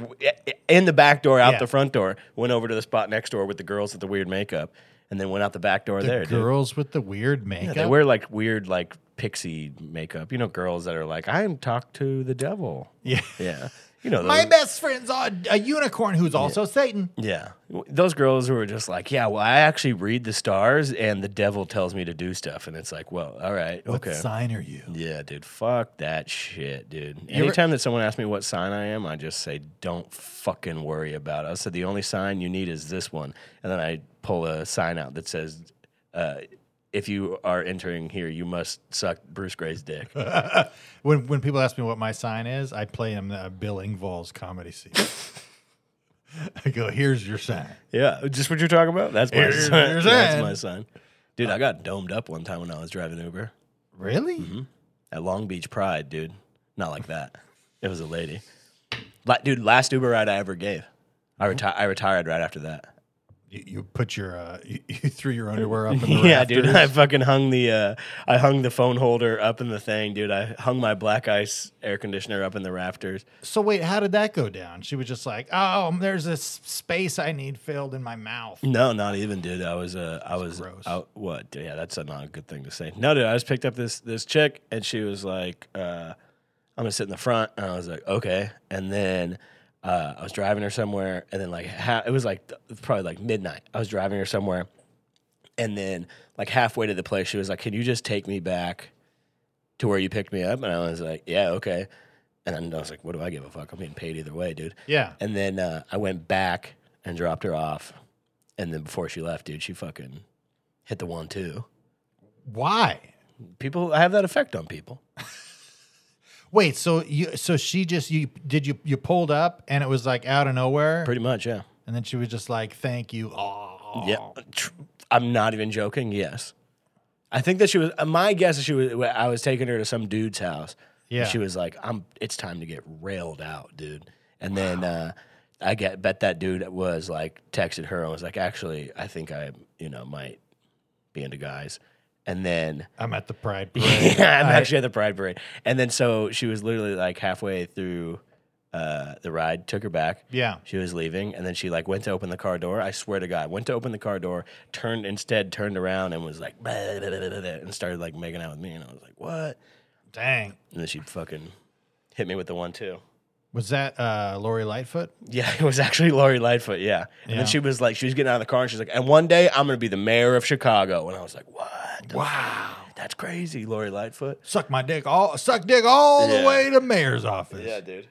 in the back door, out
Yeah.
the front door. Went over to the spot next door with the girls with the weird makeup, and then went out the back door
The
there. dude.
girls with the weird makeup.
Yeah, they wear like weird, like pixie makeup. You know, girls that are like, I'm talked to the devil.
Yeah.
Yeah. You know,
My
those,
best friend's a, a unicorn who's also Satan.
yeah. Those girls who are just like, yeah, well, I actually read the stars and the devil tells me to do stuff. And it's like, well, all right.
What
Okay.
sign are you?
Yeah, dude. Fuck that shit, dude.
ever-
Anytime that someone asks me what sign I am, I just say, don't fucking worry about it. I said, the only sign you need is this one. And then I pull a sign out that says, uh, if you are entering here, you must suck Bruce Gray's dick.
When when people ask me what my sign is, I play him the Bill Ingvall's comedy scene. I go, here's your sign.
Yeah, just what you're talking about. That's my
Here's-
son.
here's
That's
that.
my son. Dude, I got domed up one time when I was driving Uber
Really?
at Long Beach Pride, dude. Not like that. It was a lady. La- dude, last Uber ride I ever gave. I reti- I retired right after that.
You, you put your uh, you, you threw your underwear up in the
Yeah, dude.
rafters.
I fucking hung the uh, I hung the phone holder up in the thing, dude. I hung my black ice air conditioner up in the rafters.
So wait, how did that go down? She was just like, "Oh, there's this space I need filled in my mouth."
No, not even, dude. I was, uh, I was,
gross.
I, what? Yeah, that's a not a good thing to say. No, dude. I just picked up this this chick, and she was like, uh, "I'm gonna sit in the front," and I was like, "Okay." And then uh, I was driving her somewhere, and then like ha- it was like th- probably like midnight. I was driving her somewhere, and then like halfway to the place, she was like, "Can you just take me back to where you picked me up?" And I was like, "Yeah, okay." And then I was like, "What do I give a fuck? I'm getting paid either way, dude."
Yeah.
And then uh, I went back and dropped her off. And then before she left, dude, she fucking hit the one two.
Why?
People, I have that effect on people.
Wait, so you so she just you did you you pulled up and it was like out of nowhere,
Pretty much, yeah.
and then she was just like, "Thank you." Oh,
Yeah. Tr- I'm not even joking. Yes. I think that she was, uh, my guess is she was, I was taking her to some dude's house. and
Yeah.
She was like, I'm, it's time to get railed out, dude. And then, uh, I get, bet that dude was like, texted her and was like, actually, I think I, you know, might be into guys. And then,
I'm at the Pride Parade.
Yeah, I'm actually at the Pride Parade. And then so she was literally like halfway through uh, the ride, took her back.
Yeah.
She was leaving, and then she like went to open the car door. I swear to God, went to open the car door, turned instead, turned around and was like, "Blah, blah, blah, blah, blah," and started like making out with me. And I was like, what?
Dang,
And then she fucking hit me with the one two.
was that uh, Lori Lightfoot?
Yeah, it was actually Lori Lightfoot. Yeah. And
Yeah.
then she was like, she was getting out of the car and she's like, and one day I'm going to be the mayor of Chicago. And I was like, what? the
Wow.
fuck? That's crazy, Lori Lightfoot.
Suck my dick all suck dick all
Yeah.
the way to mayor's office.
dude.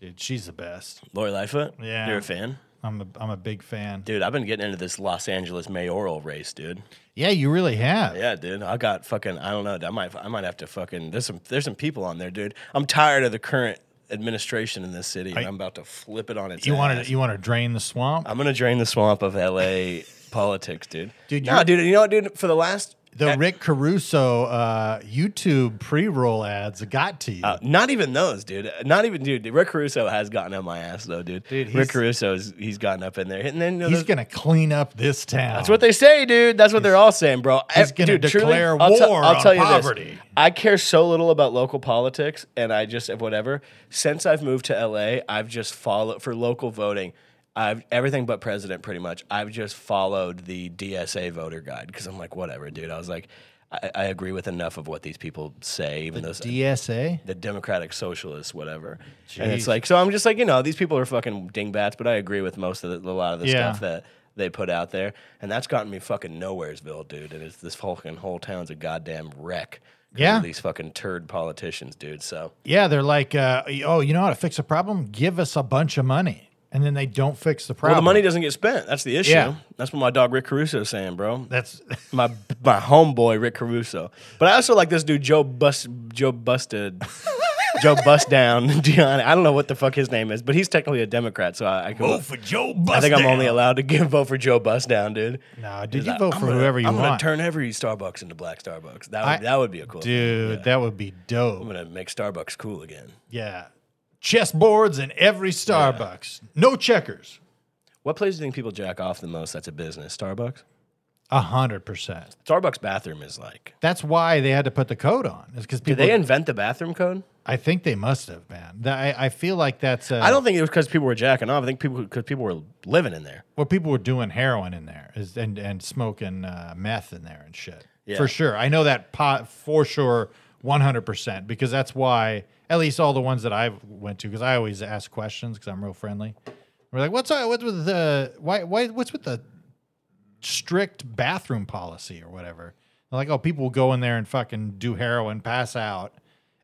Dude, she's the best.
Lori Lightfoot?
Yeah.
You're a fan?
I'm a I'm a big fan.
Dude, I've been getting into this Los Angeles mayoral race, dude.
Yeah, you really have.
Yeah, dude. I got fucking I don't know. I might I might have to fucking there's some there's some people on there, dude. I'm tired of the current administration in this city and I'm about to flip it on its
You
ass.
want to you want to drain the swamp?
I'm gonna drain the swamp of LA politics, dude.
Dude,
No,
you're-
dude, you know what, dude? For the last
the Rick Caruso uh, YouTube pre-roll ads got to you.
uh, not even those, dude. Not even, dude. Rick Caruso has gotten on my ass, though, dude.
Dude,
Rick
he's-
Caruso's he's gotten up in there, and then you know,
He's
those-
gonna clean up this town.
That's what they say, dude. That's what they're all saying, bro.
he's gonna
Dude, truly,
declare
I'll te-
war
I'll
on
tell you This.
poverty.
I care so little about local politics, and I just whatever. Since I've moved to LA, I've just followed for local voting. I've everything but president, pretty much. I've just followed the DSA voter guide because I'm like, whatever, dude. I was like, I, I agree with enough of what these people say, even though
DSA.
the Democratic Socialists, whatever. And
Jeez.
it's like, so I'm just like, you know, these people are fucking dingbats, but I agree with most of the, a lot of the
Yeah.
stuff that they put out there. And that's gotten me fucking nowheresville, dude. And it's this fucking whole town's a goddamn wreck. 'cause of
Yeah.
These fucking turd politicians, dude. So
Yeah, they're like, uh, oh, you know how to fix a problem? Give us a bunch of money. and then they don't fix the
Well, the
problem.
money doesn't get spent. That's the issue.
Yeah.
That's what my dog Rick Caruso is saying, bro.
That's
My my homeboy Rick Caruso. But I also like this dude Joe Bust Joe Busted. Joe Bust Down Gianni. I don't know what the fuck his name is, but he's technically a Democrat, so I, I can
oh, for Joe Bust.
I think I'm only allowed to give vote for Joe Bust Down, dude.
No, dude,
He's
you
like,
vote
"I'm
for
gonna-
whoever you
I'm gonna
want,
turn every Starbucks into black Starbucks. That would,
I-
that would be a cool. thing.
dude. That would be dope.
I'm gonna make Starbucks cool again.
Yeah, chessboards in every Starbucks. No checkers.
What place do you think people jack off the most? That's a business. Starbucks.
A hundred percent.
Starbucks bathroom is like.
That's why they had to put the code on. Is because
Did
people.
they invent the bathroom code?
I think they must have, man. That- I, I feel like that's uh,
I don't think it was because people were jacking off. I think people because people were living in there.
where people were doing heroin in there is and and smoking uh, meth in there and shit.
Yeah.
For sure, I know that pot for sure, one hundred percent. Because that's why at least all the ones that I went to, because I always ask questions because I'm real friendly. We're like, what's uh, what's with the why why what's with the strict bathroom policy or whatever? They're like, oh, people will go in there and fucking do heroin, pass out,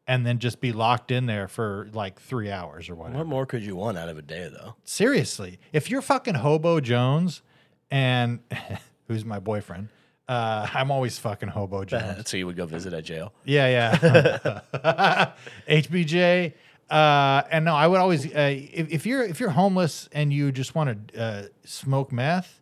and then just be locked in there for like three hours or whatever.
What more could you want out of a day though?
Seriously, if you're fucking Hobo Jones and who's my boyfriend, uh, I'm always fucking Hobo Jones.
That's who you would go visit at jail.
yeah, yeah. HBJ. Uh, and no, I would always uh, if, if you're if you're homeless and you just want to uh, smoke meth,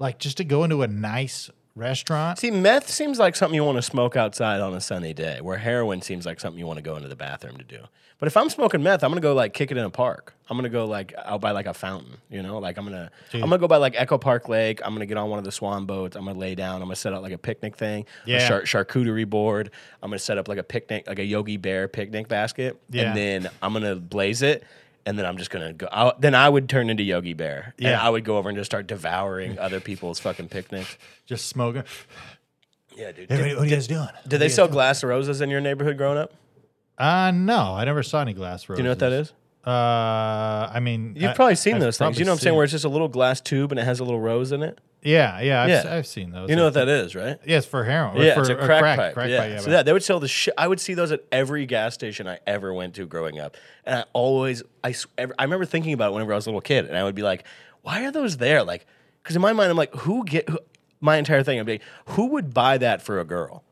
like just to go into a nice restaurant.
See, meth seems like something you want to smoke outside on a sunny day, where heroin seems like something you want to go into the bathroom to do. But if I'm smoking meth, I'm gonna go like kick it in a park. I'm gonna go like out by like a fountain, you know. Like I'm gonna I'm gonna go by like Echo Park Lake. I'm gonna get on one of the swan boats. I'm gonna lay down. I'm gonna set up like a picnic thing,
Yeah.
a char- charcuterie board. I'm gonna set up like a picnic, like a Yogi Bear picnic basket,
Yeah.
and then I'm gonna blaze it. And then I'm just gonna go. I, then I would turn into Yogi Bear. and
Yeah.
I would go over and just start devouring other people's fucking picnics.
Just smoking.
Yeah, dude.
Hey, what are you guys doing?
Did they sell glass roses in your neighborhood growing up?
Uh, no, I never saw any glass roses.
Do you know what that is?
Uh, I mean,
You've
I-
probably seen
I've
those things.
probably
You know what I'm saying?
seen-
Where it's just a little glass tube and it has a little rose in it.
Yeah, yeah, I've,
Yeah.
s- I've seen those.
You know what that is, right?
Yes, for heroin. or
Yeah,
for
it's a
or
crack, pipe. yeah. so
but-
yeah, they would sell the shit. I would see those at every gas station I ever went to growing up, and I always, I, s- ev- I remember thinking about it whenever I was a little kid, and I would be like, why are those there? Like, because in my mind, I'm like, who get who, my entire thing? I'd be, like, who would buy that for a girl?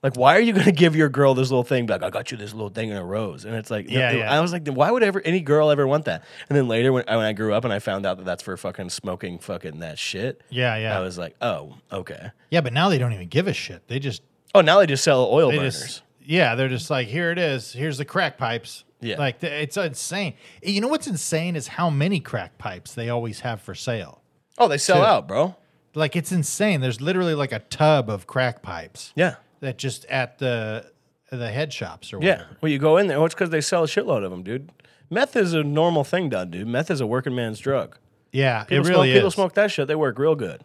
Like, why are you going to give your girl this little thing? Be Like, I got you this little thing in a rose, and it's like,
Yeah, yeah.
I was like, then why would ever any girl ever want that? And then later, when, when I grew up, and I found out that that's for fucking smoking, fucking that shit.
Yeah, yeah.
I was like, oh, okay.
yeah, but now they don't even give a shit. They just
Oh, now they just sell oil
they
burners.
just yeah, they're just like here it is. Here's the crack pipes.
Yeah.
like th- it's insane. You know what's insane is how many crack pipes they always have for sale.
Oh, they sell out, bro.
Like it's insane. There's literally like a tub of crack pipes
Yeah.
that just at the the head shops or
Yeah.
whatever.
Well, you go in there. Well, it's because they sell a shitload of them, dude. Meth is a normal thing, done, dude. Meth is a working man's drug.
yeah.
People
it really
smoke, People
is. Mm-hmm.
smoke that shit. They work real good.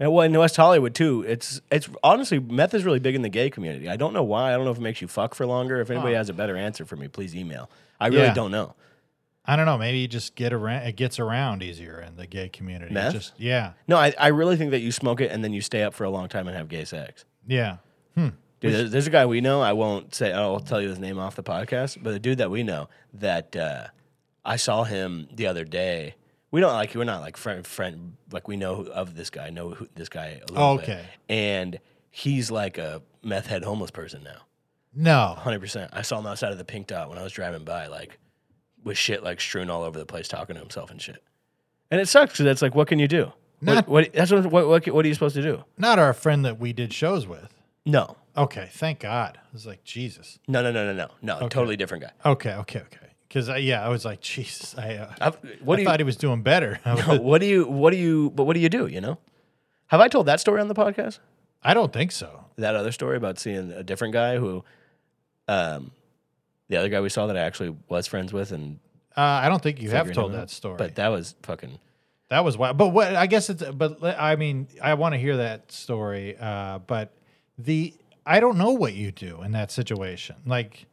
And well, in West Hollywood too, it's it's honestly meth is really big in the gay community. I don't know why. I don't know if it makes you fuck for longer. If anybody has a better answer for me, please email. I really
Yeah.
don't know.
I don't know. Maybe you just get around. It gets around easier in the gay community. It
Meth?
Just yeah,
No, I, I really think that you smoke it and then you stay up for a long time and have gay sex.
yeah.
Dude, there's, there's a guy we know. I won't say. I'll tell you his name off the podcast. But the dude that we know that uh, I saw him the other day. We don't like. We're not like friend friend. Like we know who- of this guy. Know who, this guy. A little
Oh,
bit.
okay.
And he's like a meth head homeless person now.
No,
Hundred percent. I saw him outside of the pink dot when I was driving by, like with shit like strewn all over the place, talking to himself and shit. And it sucks. 'cause That's like, what can you do?
Not-
what, what, that's what, what, what. What are you supposed to do?
not our friend that we did shows with.
No.
Okay, thank God. I was like, Jesus.
No. No. No. No. No. No. Totally different guy.
Okay, okay, okay. Because yeah, I was like, Jesus. I, uh,
I've, what
I
do you?
thought he was doing better. I, was-
But what do you what do you but what do you do you know have i told that story on the podcast
I don't think so.
that other story about seeing a different guy who um the other guy we saw that i actually was friends with and
Uh, I don't think you have
figuring
told
him
that
out.
story.
but that was fucking
that was wild. But what I guess it's. But le- I mean, I want to hear that story. Uh, but the I don't know what you do in that situation. Like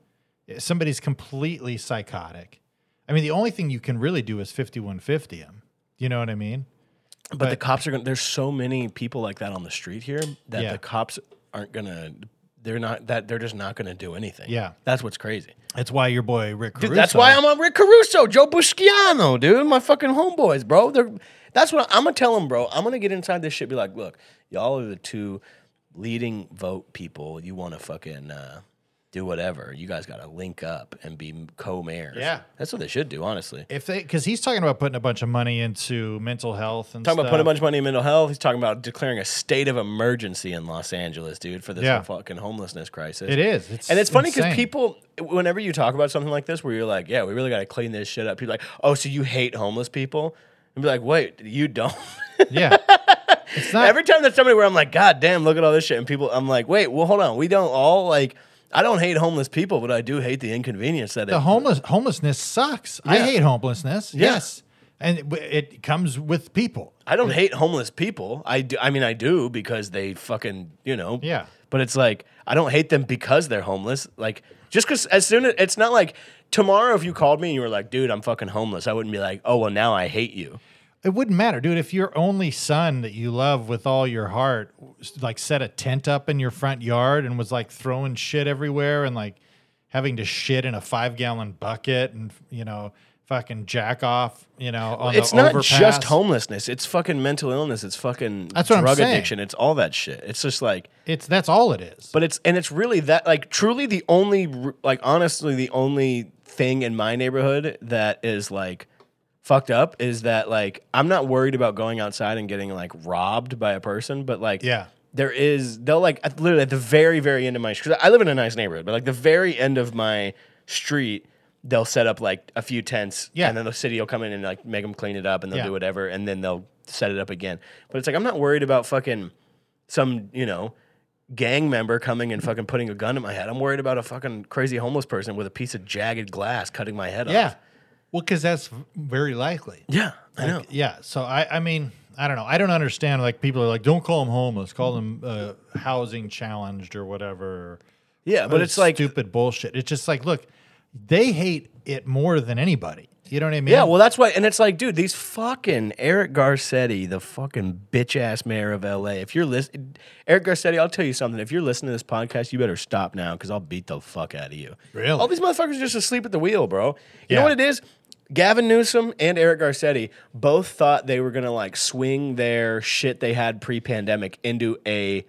somebody's completely psychotic. I mean, the only thing you can really do is fifty-one fifty him. You know what I mean?
but, the cops are gonna there's so many people like that on the street here that
Yeah.
the cops aren't gonna they're not that they're just not going to do anything.
Yeah.
that's what's crazy.
That's why your boy Rick. Caruso,
Dude, that's why I'm on Rick Caruso, Joe Busciano, dude. My fucking homeboys, bro. They're that's what I'm gonna tell them, bro. I'm gonna get inside this shit. Be like, look, y'all are the two leading vote people. You want to fucking uh, do whatever. You guys got to link up and be co-mayors.
Yeah.
that's what they should do, honestly.
If they, because he's talking about putting a bunch of money into mental health and
Talking
stuff.
about putting a bunch of money in mental health. He's talking about declaring a state of emergency in Los Angeles, dude, for this
Yeah.
fucking homelessness crisis.
It is, it's
and it's funny because
insane.
people, whenever you talk about something like this, where you're like, "Yeah, we really got to clean this shit up," people are like, "Oh, so you hate homeless people?" And be like, "Wait, you don't."
yeah, it's not
Every time there's somebody where I'm like, "God damn, look at all this shit," and people, I'm like, "Wait, well, hold on, we don't all like." I don't hate homeless people, but I do hate the inconvenience that
the
it.
homeless homelessness sucks. I
Yeah.
hate homelessness.
Yeah.
Yes, and it, it comes with people.
I don't hate homeless people. I do. I mean, I do because they fucking, you know.
Yeah.
But it's like I don't hate them because they're homeless. Like just because as soon as it's not like tomorrow, if you called me and you were like, "Dude, I'm fucking homeless," I wouldn't be like, "Oh well, now I hate you."
It wouldn't matter, dude. If your only son that you love with all your heart, like, set a tent up in your front yard and was like throwing shit everywhere and like having to shit in a five gallon bucket and you know fucking jack off, you know, on
it's
the
not
overpass.
just homelessness. It's fucking mental illness. It's fucking
That's what I'm
drug
saying.
addiction. It's all that shit. It's just like,
It's that's all it is.
but it's and it's really that like truly the only r- like honestly the only thing in my neighborhood that is like fucked up is that like I'm not worried about going outside and getting like robbed by a person, but like
Yeah.
There is they'll like at- literally at the very very end of my because I live in a nice neighborhood, but like the very end of my street, they'll set up like a few tents,
Yeah.
and then the city will come in and like make them clean it up, and they'll
Yeah.
do whatever, and then they'll set it up again. But it's like I'm not worried about fucking some you know gang member coming and fucking putting a gun in my head. I'm worried about a fucking crazy homeless person with a piece of jagged glass cutting my head
yeah,
off.
well, because that's v- very likely.
Yeah, I know.
Yeah. So I, I mean, I don't know. I don't understand. Like people are like, don't call them homeless. Call them uh, housing challenged or whatever.
Yeah, but it's like
stupid bullshit. It's just like, look, they hate it more than anybody. You know what I mean?
Yeah, well, that's why. And it's like, dude, these fucking Eric Garcetti, the fucking bitch ass mayor of LA. If you're listening, Eric Garcetti, I'll tell you something. If you're listening to this podcast, you better stop now because I'll beat the fuck out of you.
Really?
All these motherfuckers are just asleep at the wheel, bro. You
Yeah.
know what it is? Gavin Newsom and Eric Garcetti both thought they were going to like swing their shit they had pre pandemic into a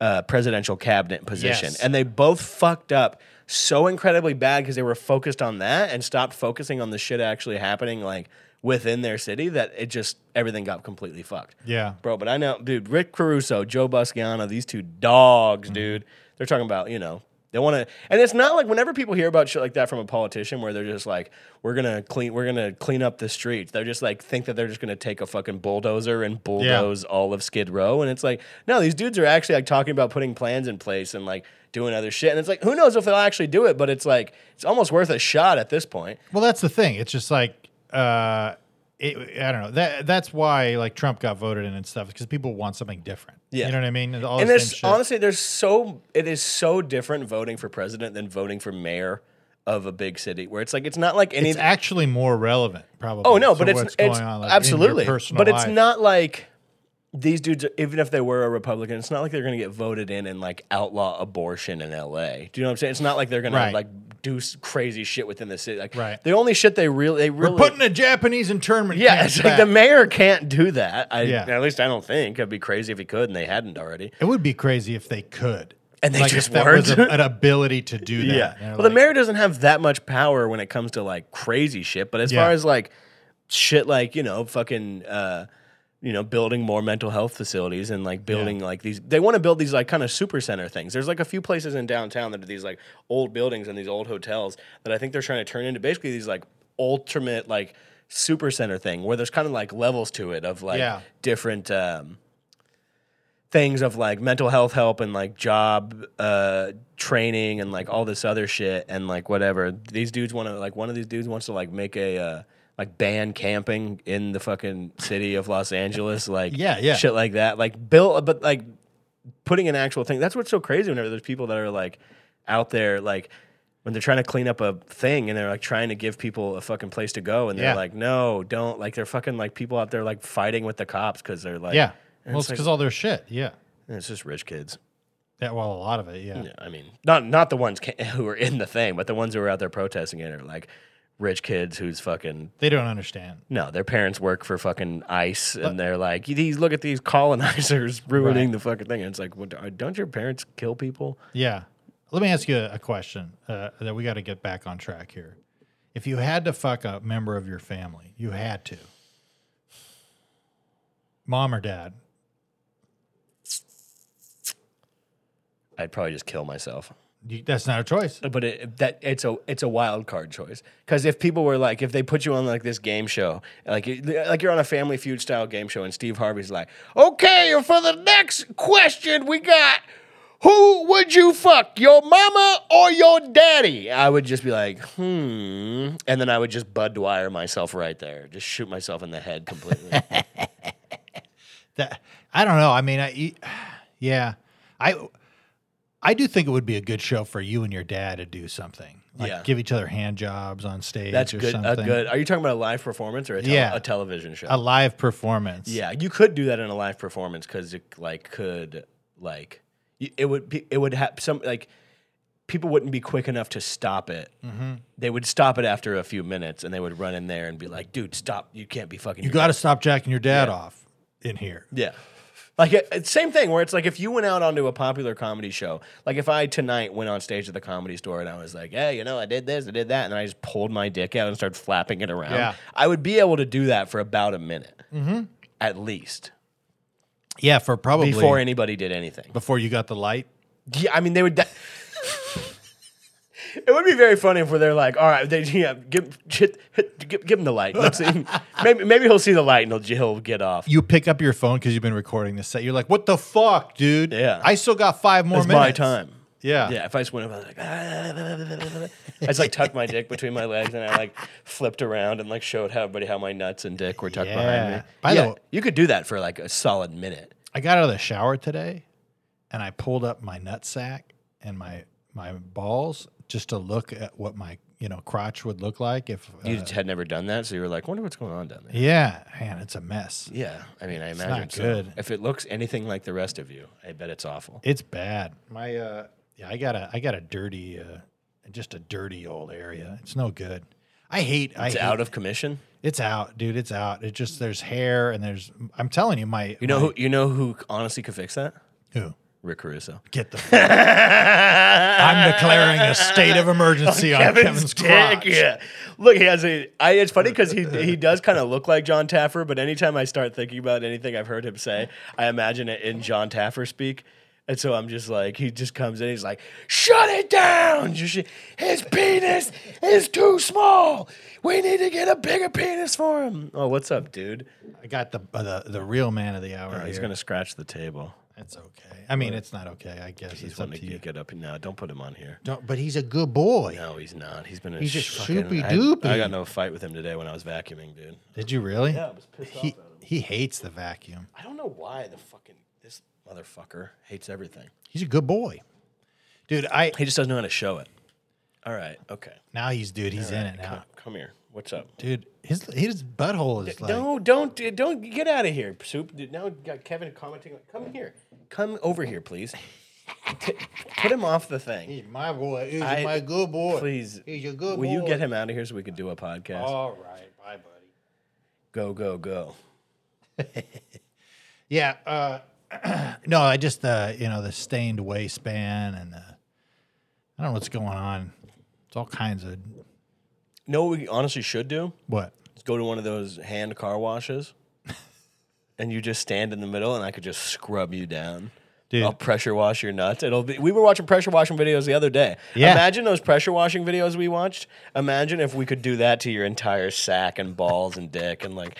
uh, presidential cabinet position.
Yes.
And they both fucked up so incredibly bad because they were focused on that and stopped focusing on the shit actually happening like within their city that it just everything got completely fucked.
yeah.
Bro, but I know, dude, Rick Caruso, Joe Busciano, these two dogs, dude. They're talking about, you know, they want to, and it's not like whenever people hear about shit like that from a politician, where they're just like, "We're gonna clean, we're gonna clean up the streets." They're just like think that they're just gonna take a fucking bulldozer and bulldoze all of Skid Row, and it's like, no, these dudes are actually like talking about putting plans in place and like doing other shit, and it's like, who knows if they'll actually do it? But it's like, it's almost worth a shot at this point.
Well, that's the thing. It's just like, uh, it, I don't know. That that's why like Trump got voted in and stuff because people want something different.
Yeah.
You know what I mean? All
and
the
there's
same shit.
honestly there's so it is so different voting for president than voting for mayor of a big city where it's like it's not like any
it's actually more relevant, probably.
oh no
to
but it's,
what's
it's
like, in your
absolutely
personal
but it's
life.
not like these dudes even if they were a republican it's not like they're going to get voted in and like outlaw abortion in la do you know what i'm saying it's not like they're going
Right.
to like do s- crazy shit within the city like
Right.
the only shit they really they really
We're putting a Japanese internment.
yeah,
camp
it's like
back.
the mayor can't do that. I,
Yeah.
At least I don't think. It'd be crazy if he could, and they hadn't already.
It would be crazy if they could.
And they
like
just
if that was
weren't.
a- an ability to do that.
Yeah.
They're
Well, the
like,
mayor doesn't have that much power when it comes to like crazy shit, but as
Yeah.
far as like shit like, you know, fucking uh you know, building more mental health facilities and like building like these. They want to build these like kind of super center things. There's like a few places in downtown that are these like old buildings and these old hotels that I think they're trying to turn into basically these like ultimate like super center thing where there's kind of like levels to it of like
Yeah.
different um, things of like mental health help and like job uh, training and like all this other shit and like whatever. These dudes want to like one of these dudes wants to like make a uh, like ban camping in the fucking city of Los Angeles, like
Yeah, yeah.
shit like that. Like Bill, but like putting an actual thing. That's what's so crazy whenever there's people that are like out there like. When they're trying to clean up a thing and they're like trying to give people a fucking place to go and they're
Yeah.
like, no, don't like they're fucking like people out there like fighting with the cops because they're like
yeah.
And
Well, it's
it's like-
because all their shit. Yeah.
and It's just rich kids.
Yeah, well, a lot of it, yeah.
Yeah, I mean, not not the ones ca- who were in the thing, but the ones who were out there protesting it are like rich kids who's fucking
They don't understand.
no, their parents work for fucking ICE, and they're like, these look at these colonizers ruining the fucking thing. And it's like, what, don't your parents kill people?
Yeah. Let me ask you a question uh, that we got to get back on track here. If you had to fuck a member of your family, you had to, mom or dad,
I'd probably just kill myself.
you, that's not a choice.
But it, that it's a it's a wild card choice because if people were like if they put you on like this game show like you- like you're on a Family Feud style game show and Steve Harvey's like okay and for the next question we got who would you fuck your mama or your daddy I would just be like hmm and then I would just Bud Dwyer myself right there just shoot myself in the head completely
That I don't know. I mean, I yeah, I I do think it would be a good show for you and your dad to do something. Like
Yeah.
give each other hand jobs on stage.
that's
or
good a
Something.
good are you talking about a live performance or a, tel-
Yeah.
a television show
a live performance.
Yeah, you could do that in a live performance because it like could like y- it would be, it would have some like people wouldn't be quick enough to stop it.
Mm-hmm.
They would stop it after a few minutes and they would run in there and be like, "Dude, stop! You can't be fucking."
you got to stop jacking your dad off in here.
yeah. Like it, it's same thing where it's like if you went out onto a popular comedy show, like if I tonight went on stage at the comedy store and I was like, "Hey, you know, I did this, I did that," and I just pulled my dick out and started flapping it around,
Yeah. Mm-hmm.
I would be able to do that for about a minute, at least,
Yeah, for probably
before anybody did anything.
before you got the light.
Yeah, I mean, they would. De- it would be very funny if they're like, all right, they, yeah, give, shit, give, give him the light. Let's see. maybe, maybe he'll see the light and he'll, he'll get off.
you pick up your phone because you've been recording this set. You're like, what the fuck, dude?
Yeah.
I still got five more
It's
minutes.
my time.
Yeah.
Yeah, if I just went up, I was like, I just like tucked my dick between my legs and I like flipped around and like showed how everybody how my nuts and dick were tucked behind
Yeah.
me.
By the
yeah,
way-
you could do that for like a solid minute.
I got out of the shower today and I pulled up my nutsack and my my balls just to look at what my you know crotch would look like if uh,
You had never done that, so you were like, wonder what's going on down there.
yeah man it's a mess
Yeah, I mean, I imagine
not
so.
good.
If it looks anything like the rest of you, I bet it's awful.
it's bad my uh yeah I got a I got a dirty uh just a dirty old area it's no good I hate I
It's
hate,
out of commission.
it's out dude it's out it just there's hair and there's I'm telling you my
You know who? You know who honestly could fix that?
who
Rick Caruso.
Get the. fuck. I'm declaring a state of emergency on Kevin's, crotch.
yeah. Look, he has a. I, it's funny because he he does kind of look like John Taffer, but anytime I start thinking about anything I've heard him say, I imagine it in John Taffer speak. And so I'm just like, he just comes in, he's like, shut it down. You should- His penis is too small. We need to get a bigger penis for him. Oh, what's up, dude?
I got the, uh, the the real man of the hour.
Oh, he's
here.
going to scratch the table.
It's okay. I mean, it's not okay. I guess
He's
it's up
going
to
to
you.
get up. No, don't put him on here.
Don't, but he's a good boy.
No, he's not. He's been a
He's a
sh- fucking-
shoopy
I-
doopy.
I got no fight with him today when I was vacuuming, dude.
Did you really?
Yeah, I was pissed
he
off at him.
he hates the vacuum.
I don't know why the fucking this motherfucker hates everything.
He's a good boy, dude. I
He just doesn't know how to show it. All right, okay.
now he's dude. He's in it now,
Come, come here. What's up?
dude. His his butthole is like
no, don't uh, don't get out of here, soup. Now we got Kevin commenting. like, Come here. Come over here, please. T- put him off the thing.
he's my boy. He's
I-
my good boy.
Please.
he's a good
Will
boy. Oh.
you get him out of here so we could do a podcast?
All right, bye, buddy.
Go, go, go.
Yeah. Uh, no, I just uh, you know the stained waistband and the, I don't know what's going on. It's all kinds of
No, what we honestly should do?
what?
Just go to one of those hand car washes and you just stand in the middle and I could just scrub you down.
Dude.
I'll pressure wash your nuts. It'll be we were watching pressure washing videos the other day.
Yeah.
Imagine those pressure washing videos we watched. Imagine if we could do that to your entire sack and balls and dick and like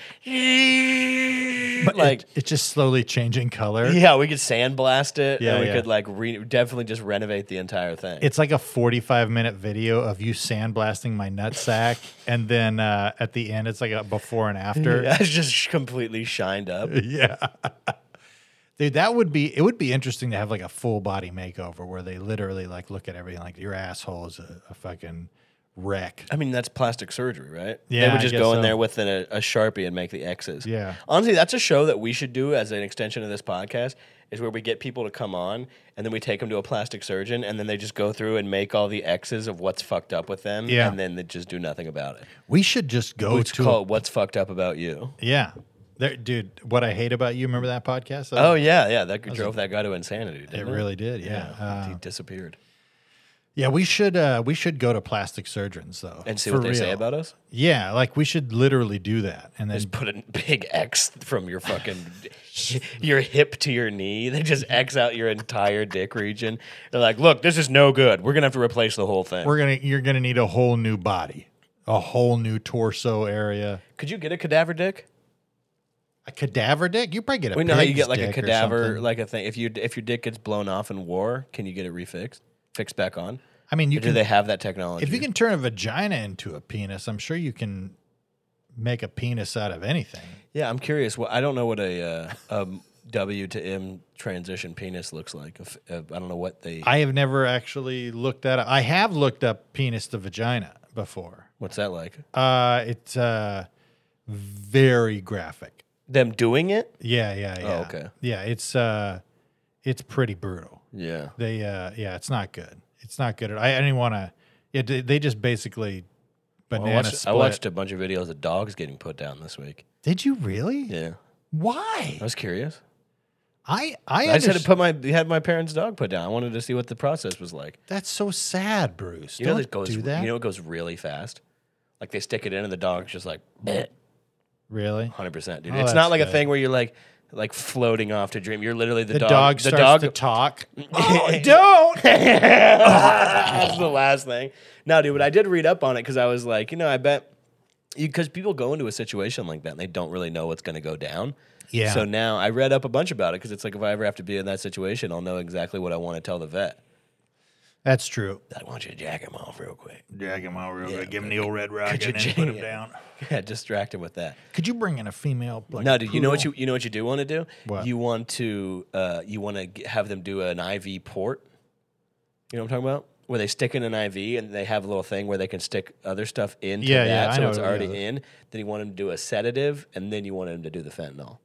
like
It- it's just slowly changing color.
yeah, we could sandblast it
Yeah,
and we
yeah.
could like re- definitely just renovate the entire thing.
It's like a 45 minute video of you sandblasting my nutsack. and then uh, at the end, it's like a before and after.
Yeah, it's just completely shined up.
Yeah. Dude, that would be it would be interesting to have like a full body makeover where they literally like look at everything like your asshole is a, a fucking wreck.
I mean, that's plastic surgery, right?
Yeah,
They
I
would just
guess
go in
so.
there with a, a Sharpie and make the X's.
Yeah.
Honestly, that's a show that we should do as an extension of this podcast is where we get people to come on and then we take them to a plastic surgeon and then they just go through and make all the X's of what's fucked up with them
Yeah.
and then they just do nothing about it.
We should just go
It's
to a-
called What's Fucked Up About You.
yeah, there, dude. What I hate about you. Remember that podcast? That
Oh
was-
yeah, yeah, that drove that guy to insanity.
it
Didn't it,
really uh, did. Yeah, yeah.
he disappeared.
yeah we should uh, we should go to plastic surgeons though
And see
for
what they say
real.
about us.
Yeah, like we should literally do that, and then
Just put a big X from your fucking your hip to your knee. They just X out your entire dick region. They're like, look, this is no good. We're gonna have to replace the whole thing.
we're gonna you're gonna need a whole new body, a whole new torso area.
Could you get a cadaver dick?
A cadaver dick? You probably get a.
We know how you
pig's
get like a
dick or
cadaver,
something.
like a thing. If you if your dick gets blown off in war, can you get it refixed, fixed back on?
I mean, you
Or do
can.
they have that technology?
if you can turn a vagina into a penis, I'm sure you can make a penis out of anything.
yeah, I'm curious. Well, I don't know what a, uh, um W to M transition penis looks like. If, uh, I don't know what they.
I have never actually looked that up. I have looked up penis to vagina before.
what's that like?
Uh, it's uh, very graphic.
Them doing it?
Yeah, yeah, yeah.
Oh, okay.
Yeah, it's uh, it's pretty brutal.
Yeah.
They uh, yeah, it's not good. It's not good. At, I, I didn't want to. Yeah, they, they just basically banana
I watched, I
split.
watched a bunch of videos of dogs getting put down this week.
Did you really?
Yeah,
Why?
I was curious.
I I,
I just had
underst-
to put my had my parents' dog put down. I wanted to see what the process was like.
That's so sad, Bruce.
You
Don't
know that goes.
do that.
You know it goes really fast. Like they stick it in, and the dog's just like hundred
really?
percent, dude.
Oh,
it's
that's
not like
good.
a thing where you're like like floating off to dream. You're literally the,
The dog,
dog. the
starts
dog.
to talk. oh, don't.
That's the last thing. No, dude, but I did read up on it because I was like, you know, I bet because people go into a situation like that and they don't really know what's going to go down.
Yeah.
So now I read up a bunch about it because it's like if I ever have to be in that situation, I'll know exactly what I want to tell the vet.
That's true.
I want you to jack him off real quick.
Drag him out real quick. Give him the old red rock
could you jam it? Yeah, distract him with that.
Could you bring in a female? Like,
no, dude, you know what
poodle?
you you know what you do want to do?
What?
You want to uh, you want to g- have them do an IV port. You know what I'm talking about? Where they stick in an IV and they have a little thing where they can stick other stuff into
Yeah, yeah,
that,
I
so
know
it's
what-
already
yeah.
in. Then you want them to do a sedative, and then you want them to do the fentanyl.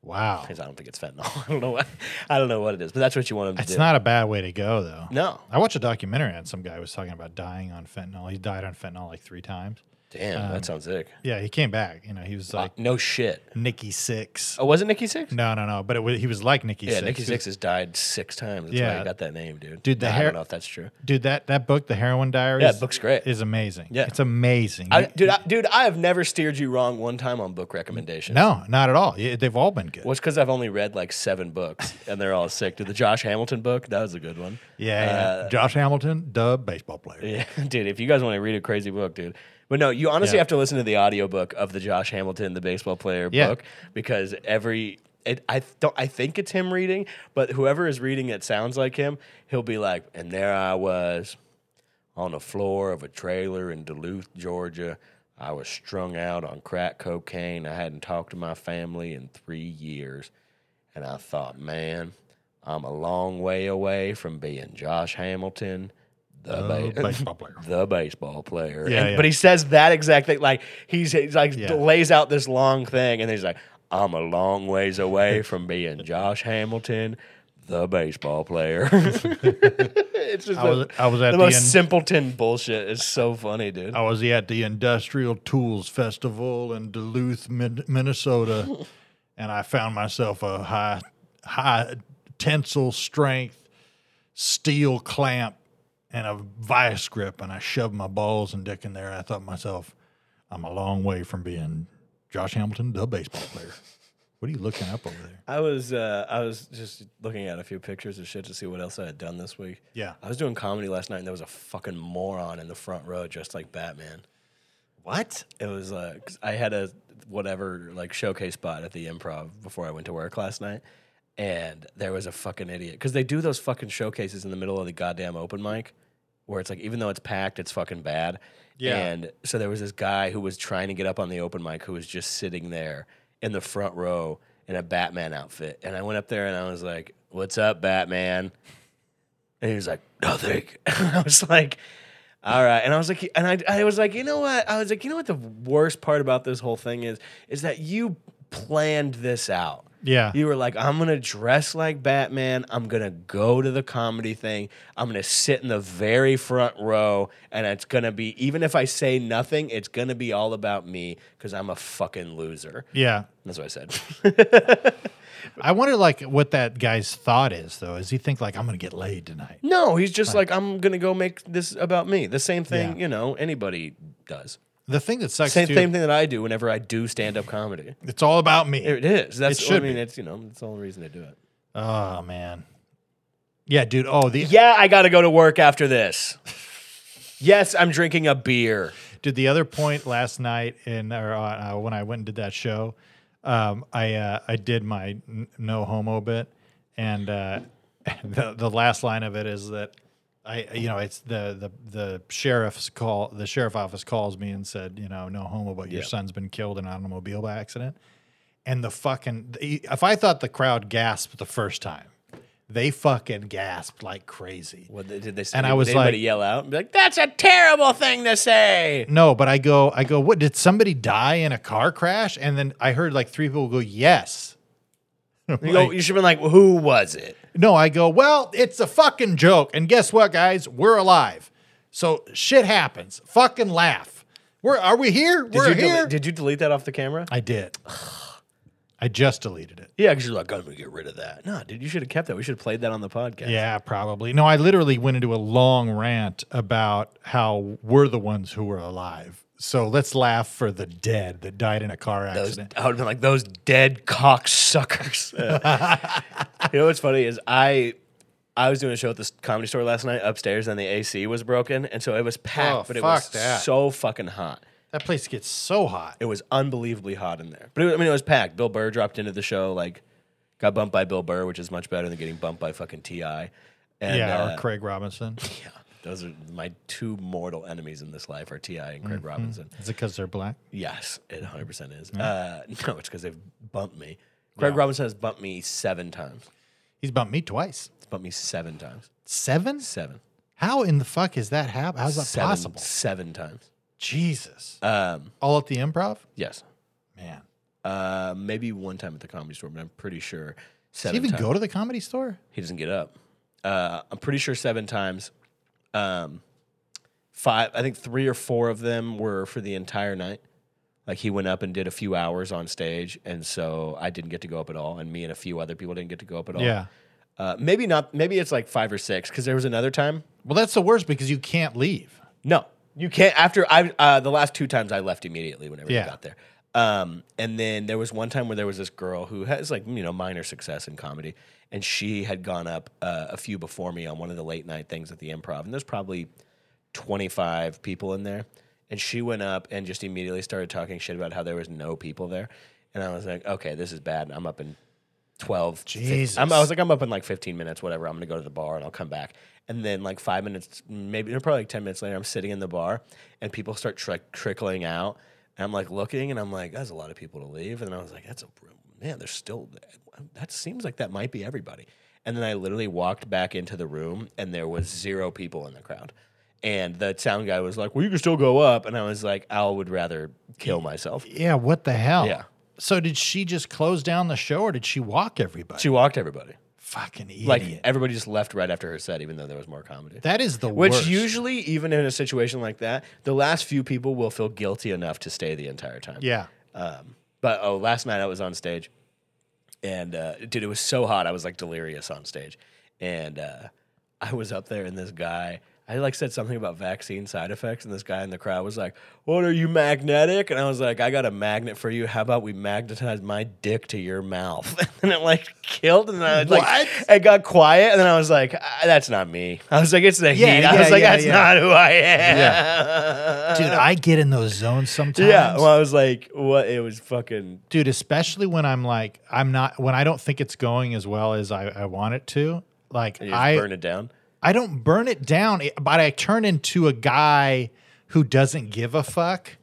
Wow,
Because I don't think it's fentanyl. I don't know what I don't know what it is, but that's what you want them to
it's
do.
not a bad way to go though.
no,
I watched a documentary on some guy who was talking about dying on fentanyl. He died on fentanyl like three times.
damn,
Um,
that sounds sick.
Yeah, he came back. You know, he was like
no shit.
Nikki Six.
Oh, was it Nikki Six?
No, no, no. But it was, he was like Nikki
yeah,
Six.
Nikki Six has died six times. That's why
Yeah.
I got that name, dude.
Dude, the
Nah, I
hair-
don't know if that's true.
Dude, that that book, The Heroin Diaries.
Yeah, book's great.
Is amazing.
Yeah.
it's amazing.
I,
You-
dude, I, dude, I have never steered you wrong one time on book recommendations.
no, not at all. Yeah, They've all been good.
Well, it's because I've only read like seven books, and they're all sick. Dude, the Josh Hamilton book that was a good one.
Yeah, yeah. Josh Hamilton, dub baseball player.
uh, Yeah, dude, if you guys want to read a crazy book, dude. But no, you honestly
Yeah.
have to listen to the audiobook of the Josh Hamilton, the baseball player
Yeah.
book, because every it, I don't I think it's him reading, but whoever is reading it sounds like him. He'll be like, and there I was on the floor of a trailer in Duluth, Georgia. I was strung out on crack cocaine. I hadn't talked to my family in three years. And I thought, man, I'm a long way away from being Josh Hamilton, the,
Dub
ba-
baseball player.
the baseball player.
Yeah,
And-
yeah.
But he says that exact thing. Like he's, he's like
Yeah.
lays out this long thing, and he's like, "I'm a long ways away from being Josh Hamilton, the baseball player." it's just
I was
the,
I was at
the
the,
most
in-
simpleton bullshit. It's so funny, dude.
I was at the Industrial Tools Festival in Duluth, Min- Minnesota, and I found myself a high high tensile strength steel clamp and a vice grip, and I shoved my balls and dick in there. And I thought to myself, I'm a long way from being Josh Hamilton, the baseball player. What are you looking up over there?
I was uh, I was just looking at a few pictures of shit to see what else I had done this week.
Yeah.
I was doing comedy last night, and there was a fucking moron in the front row dressed like Batman.
What?
It was uh, 'cause I had a whatever like showcase spot at the improv before I went to work last night, and there was a fucking idiot because they do those fucking showcases in the middle of the goddamn open mic, where it's like even though it's packed, it's fucking bad.
Yeah.
And so there was this guy who was trying to get up on the open mic who was just sitting there in the front row in a Batman outfit, and I went up there and I was like, "What's up, Batman?" And he was like, nothing. I was like, all right. And I was like, and I, I was like, you know what? I was like, you know what the worst part about this whole thing is? Is that you planned this out.
Yeah.
You were like, I'm gonna dress like Batman. I'm gonna go to the comedy thing. I'm gonna sit in the very front row, and it's gonna be even if I say nothing, it's gonna be all about me because I'm a fucking loser.
Yeah.
That's what I said.
I wonder like what that guy's thought is though. Is he think like I'm gonna get laid tonight?
no, he's just like, I'm gonna go make this about me. The same thing,
Yeah.
you know, anybody does.
The thing that sucks
Same,
too,
same thing that I do whenever I do stand up comedy.
it's all about me.
It is. That's
It
I
should
mean,
be.
it's you know, it's the only reason to do it.
oh man. Yeah, dude. Oh, the
Yeah, I gotta go to work after this. yes, I'm drinking a beer.
Did the other point last night in or uh, uh, when I went and did that show, um, I uh, I did my n- no homo bit, and uh, the the last line of it is that I you know it's the the the sheriff's call the sheriff office calls me and said you know no homo but your
Yeah.
son's been killed in an automobile accident, and the fucking if I thought the crowd gasped the first time, they fucking gasped like crazy.
What they- did they say?
And I
did
was
anybody
like-
yell out and be like, "That's a terrible thing to say."
No, but I go, I go, what did somebody die in a car crash? And then I heard like three people go, yes.
You, go,
Like,
you should have been like, "Who was it?"
no, I go, well, it's a fucking joke. And guess what, guys? We're alive. So shit happens. Fucking laugh. We're are we here?
Did
We're
you
here.
Delete, did you delete that off the camera?
I did. I just deleted it.
Yeah, because you're like, "I'm gonna get rid of that." No, dude, you should have kept that. We should have played that on the podcast.
Yeah, probably. No, I literally went into a long rant about how we're the ones who were alive. So let's laugh for the dead that died in a car
Those-
accident.
I would have been like, "Those dead cocksuckers." you know what's funny is I. I was doing a show at this comedy store last night upstairs, and the AC was broken, and so it was packed,
Oh,
but it was
fuck that.
so fucking hot.
that place gets so hot.
It was unbelievably hot in there. But it, I mean, it was packed. Bill Burr dropped into the show, like, got bumped by Bill Burr, which is much better than getting bumped by fucking Ti. And,
yeah,
uh,
or Craig Robinson.
yeah, those are my two mortal enemies in this life: are Ti and
Mm-hmm.
Craig Robinson.
Is it because they're black?
Yes, it 100 percent is. Uh, no, it's because they've bumped me. Craig Robinson has bumped me seven times.
He's bumped me twice.
He's bumped me seven times.
Seven?
Seven.
How in the fuck is that happen? How's that
Seven-
possible?
Seven times.
Jesus.
Um,
All at the improv?
yes.
Man.
Uh, maybe one time at the comedy store, but I'm pretty
Does
sure.
he
Seven
even
times.
go to the comedy store?
He doesn't get up. Uh, I'm pretty sure seven times. Um, five, I think three or four of them were for the entire night. Like he went up and did a few hours on stage, and so I didn't get to go up at all, and me and a few other people didn't get to go up at all.
Yeah.
Uh, maybe not. Maybe it's like five or six because there was another time.
Well, that's the worst because you can't leave.
No, you can't. After I, uh, the last two times I left immediately whenever
Yeah.
I got there. Um, and then there was one time where there was this girl who has like you know minor success in comedy, and she had gone up uh, a few before me on one of the late night things at the Improv, and there's probably 25 people in there, and she went up and just immediately started talking shit about how there was no people there, and I was like, okay, this is bad. I'm up in 12. fif-
Jesus.
I'm, I was like, I'm up in like 15 minutes, whatever. I'm going to go to the bar and I'll come back. And then like five minutes, maybe no, probably like 10 minutes later, I'm sitting in the bar and people start tri- trickling out. And I'm like looking and I'm like, that's a lot of people to leave. And I was like, that's a, man, there's still, that seems like that might be everybody. And then I literally walked back into the room and there was zero people in the crowd. And the sound guy was like, well, you can still go up. And I was like, I would rather kill myself.
Yeah, what the hell?
Yeah.
So did she just close down the show or did she walk everybody?
She walked everybody.
Fucking idiot.
Like everybody just left right after her set, even though there was more comedy.
that is the
Which
worst.
usually, even in a situation like that, the last few people will feel guilty enough to stay the entire time.
yeah.
Um, but oh, last night I was on stage, and uh, dude, it was so hot. I was like delirious on stage, and uh, I was up there, and this guy. I like said something about vaccine side effects, and this guy in the crowd was like, "What are you magnetic?" And I was like, "I got a magnet for you. How about we magnetize my dick to your mouth?" And it like killed, and I was
What?
like, it got quiet, and then I was like, "Ah, "That's not me." I was like, "It's the
Yeah,
heat." I
yeah,
was like,
yeah,
"That's
yeah.
not who I am."
Dude, I get in those zones sometimes.
Uh, yeah. Well, I was like, "What?" It was fucking
dude especially when i'm like i'm not when i don't think it's going as well as i, I want it to like
You just
i
burn it down.
i don't burn it down it- but i turn into a guy who doesn't give a fuck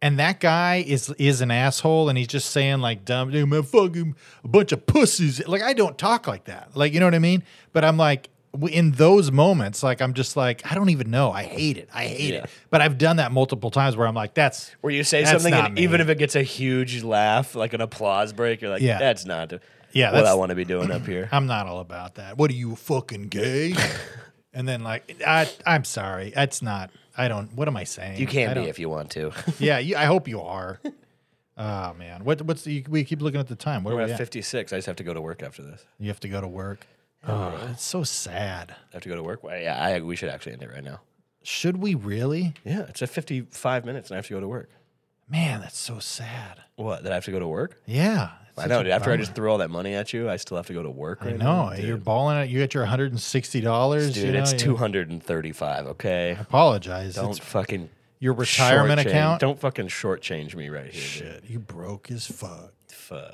and that guy is is an asshole and he's just saying like dumb dude man fucking a bunch of pussies like i don't talk like that like you know what i mean but i'm like w- in those moments like i'm just like i don't even know i hate it i hate
Yeah.
it but i've done that multiple times where i'm like that's
Where you say
That's
something,
not
and
me.
even if it gets a huge laugh, like an applause break, you're like,
Yeah.
"That's not."
Yeah,
what I
that's-
want to be doing up here.
I'm not all about that. What are you fucking gay? and then like I I'm sorry. That's not I don't what am I saying?
You
I
can be
don't-
if you want to.
Yeah, you, I hope you are. oh man. What what's the, we keep looking at the time. What are
We're
we at?
at 56. I just have to go to work after this.
You have to go to work. Oh, it's so sad.
I have to go to work. Well, Yeah, I, we should actually end it right now.
Should we really?
Yeah, it's at 55 minutes and I have to go to work.
Man, that's so sad.
What? That I have to go to work?
Yeah. it's
I
such
know,
a
dude. After I
bummer.
just threw all that money at you, I still have to go to work.
I
Right
know
now,
you're balling it. You got your 160 dollars,
dude. it's 235. Okay,
Apologize.
don't
It's
fucking
your retirement
shortchange-
account.
Don't fucking shortchange me right here. Dude.
Shit, you broke as fuck. Fuck.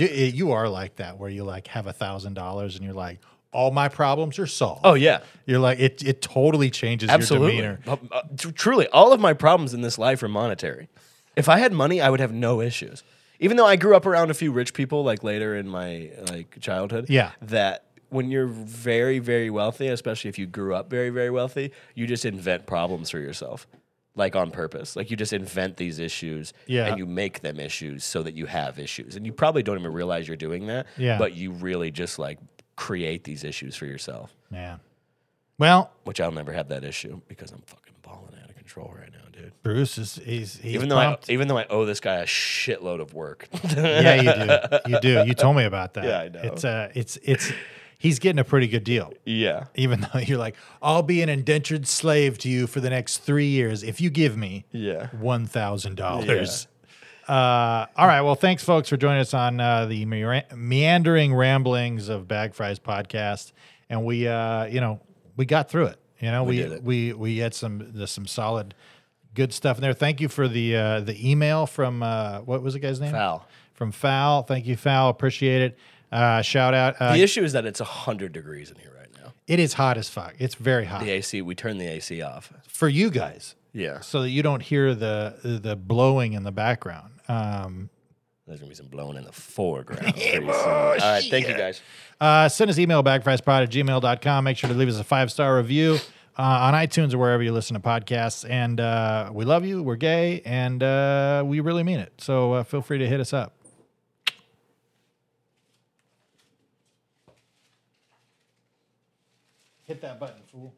you are like that, where you like have a thousand dollars and you're like, all my problems are solved.
Oh yeah,
You're like it. It totally changes
absolutely.
your demeanor.
Uh, uh, tr- truly, all of my problems in this life are monetary. If I had money, I would have no issues. Even though I grew up around a few rich people, like later in my like childhood.
Yeah.
that when you're very very wealthy, especially if you grew up very very wealthy, you just invent problems for yourself. Like on purpose, like you just invent these issues,
Yeah.
and you make them issues so that you have issues, and you probably don't even realize you're doing that,
Yeah.
But you really just like create these issues for yourself
Man. Well,
which I'll never have that issue because I'm fucking balling out of control right now, dude.
Bruce is he's, he's
Even though I,
pumped.
even though I owe this guy a shitload of work,
yeah, you do. You do. You told me about that.
Yeah, I know.
It's uh, it's it's he's getting a pretty good deal.
yeah,
Even though you're like, I'll be an indentured slave to you for the next three years if you give me
yeah.
one thousand dollars. Uh, all right. Well, thanks, folks, for joining us on uh, the mean- meandering ramblings of Bag Fries podcast, and we, uh, you know, we got through it. You know, we
did it.
we, we had some there's some solid, good stuff in there. Thank you for the uh, the email from uh, what was the guy's name?
Foul.
From Foul. Thank you, Foul. Appreciate it. Uh, shout out. Uh,
The issue is that it's hundred degrees in here right now.
it is hot as fuck. It's very hot
The AC, we turned the AC off.
for you guys,
Yeah,
so that you don't hear the the blowing in the background. Um,
there's gonna be some blowing in the foreground. pretty soon. All right, thank you guys.
Uh, send us email backfriespod at gmail.com. Make sure to leave us a five star review uh, on iTunes or wherever you listen to podcasts. And uh, we love you. We're gay and uh, we really mean it. So uh, feel free to hit us up. Hit that button, fool.